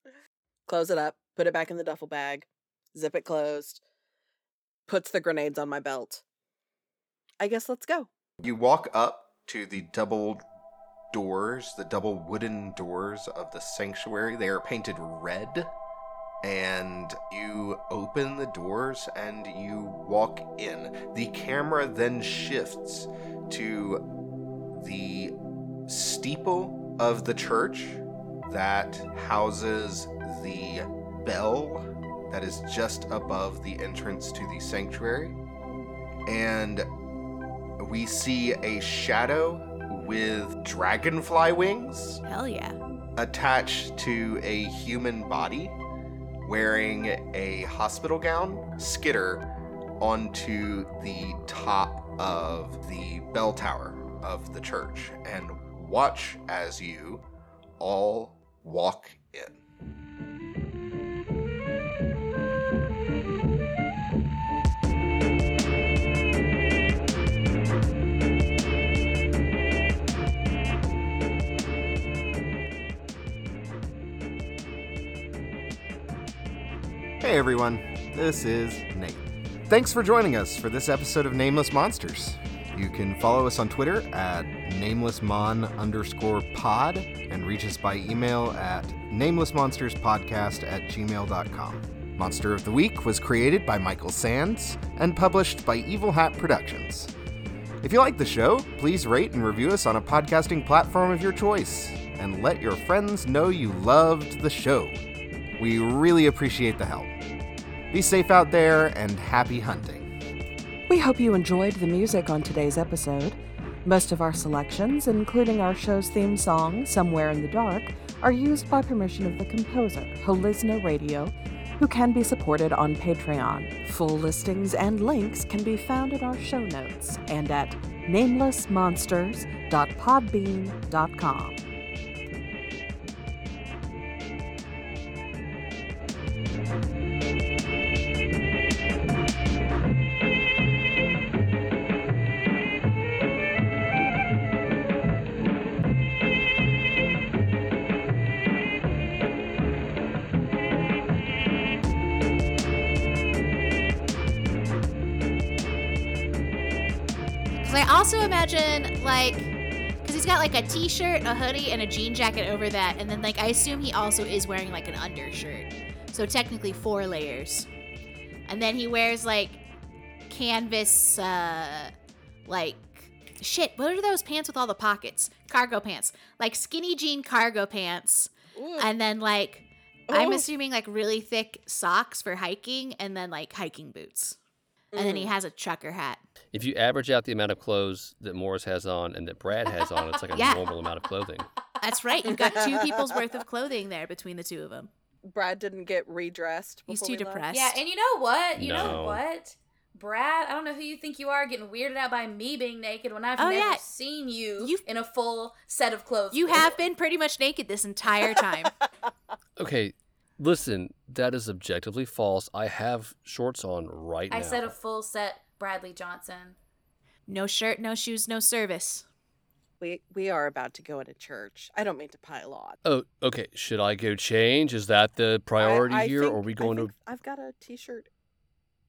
S2: Close it up, put it back in the duffel bag, zip it closed, puts the grenades on my belt. I guess let's go.
S3: you walk up to the double doors, the double wooden doors of the sanctuary. They are painted red. And you open the doors and you walk in. The camera then shifts to the steeple of the church that houses the bell that is just above the entrance to the sanctuary. And we see a shadow with dragonfly wings
S1: Hell yeah.
S3: attached to a human body wearing a hospital gown skitter onto the top of the bell tower of the church and watch as you all walk in. Hey everyone, this is Nate. Thanks for joining us for this episode of Nameless Monsters. You can follow us on Twitter at namelessmon underscore pod and reach us by email at namelessmonsterspodcast at gmail.com. Monster of the Week was created by Michael Sands and published by Evil Hat Productions. If you like the show, please rate and review us on a podcasting platform of your choice and let your friends know you loved the show. We really appreciate the help. Be safe out there and happy hunting.
S9: We hope you enjoyed the music on today's episode. Most of our selections, including our show's theme song, Somewhere in the Dark, are used by permission of the composer, Holisna Radio, who can be supported on Patreon. Full listings and links can be found in our show notes and at namelessmonsters.podbean.com.
S1: Because I also imagine like, because he's got like a t-shirt, a hoodie, and a jean jacket over that, and then like I assume he also is wearing like an undershirt. So technically four layers, and then he wears like canvas, uh, like shit. What are those pants with all the pockets? Cargo pants, like skinny jean cargo pants, and then like. I'm
S2: Oh.
S1: assuming like really thick socks for hiking and then like hiking boots. And then he has a trucker hat.
S4: If you average out the amount of clothes that Morris has on and that Brad has on, it's like a
S1: Yeah.
S4: normal amount of clothing.
S1: That's right. You've got two people's worth of clothing there between the two of them.
S2: Brad didn't get redressed.
S1: He's
S2: before
S1: too
S2: we left.
S1: depressed.
S6: Yeah, and you know what? You know
S4: No.
S6: what? Brad, I don't know who you think you are getting weirded out by me being naked when I've
S1: Oh,
S6: never
S1: yeah.
S6: seen you
S1: You've-
S6: in a full set of clothes.
S1: You have
S6: before.
S1: been pretty much naked this entire time.
S4: Okay, listen, that is objectively false. I have shorts on right
S6: I
S4: now.
S6: said a full set Bradley Johnson.
S1: No shirt, no shoes, no service.
S2: We we are about to go into church. I don't mean to pile on.
S4: Oh, okay. Should I go change? Is that the priority
S2: I- I
S4: here?
S2: think-
S4: Or are we
S2: I
S4: going to?
S2: think I've got a T-shirt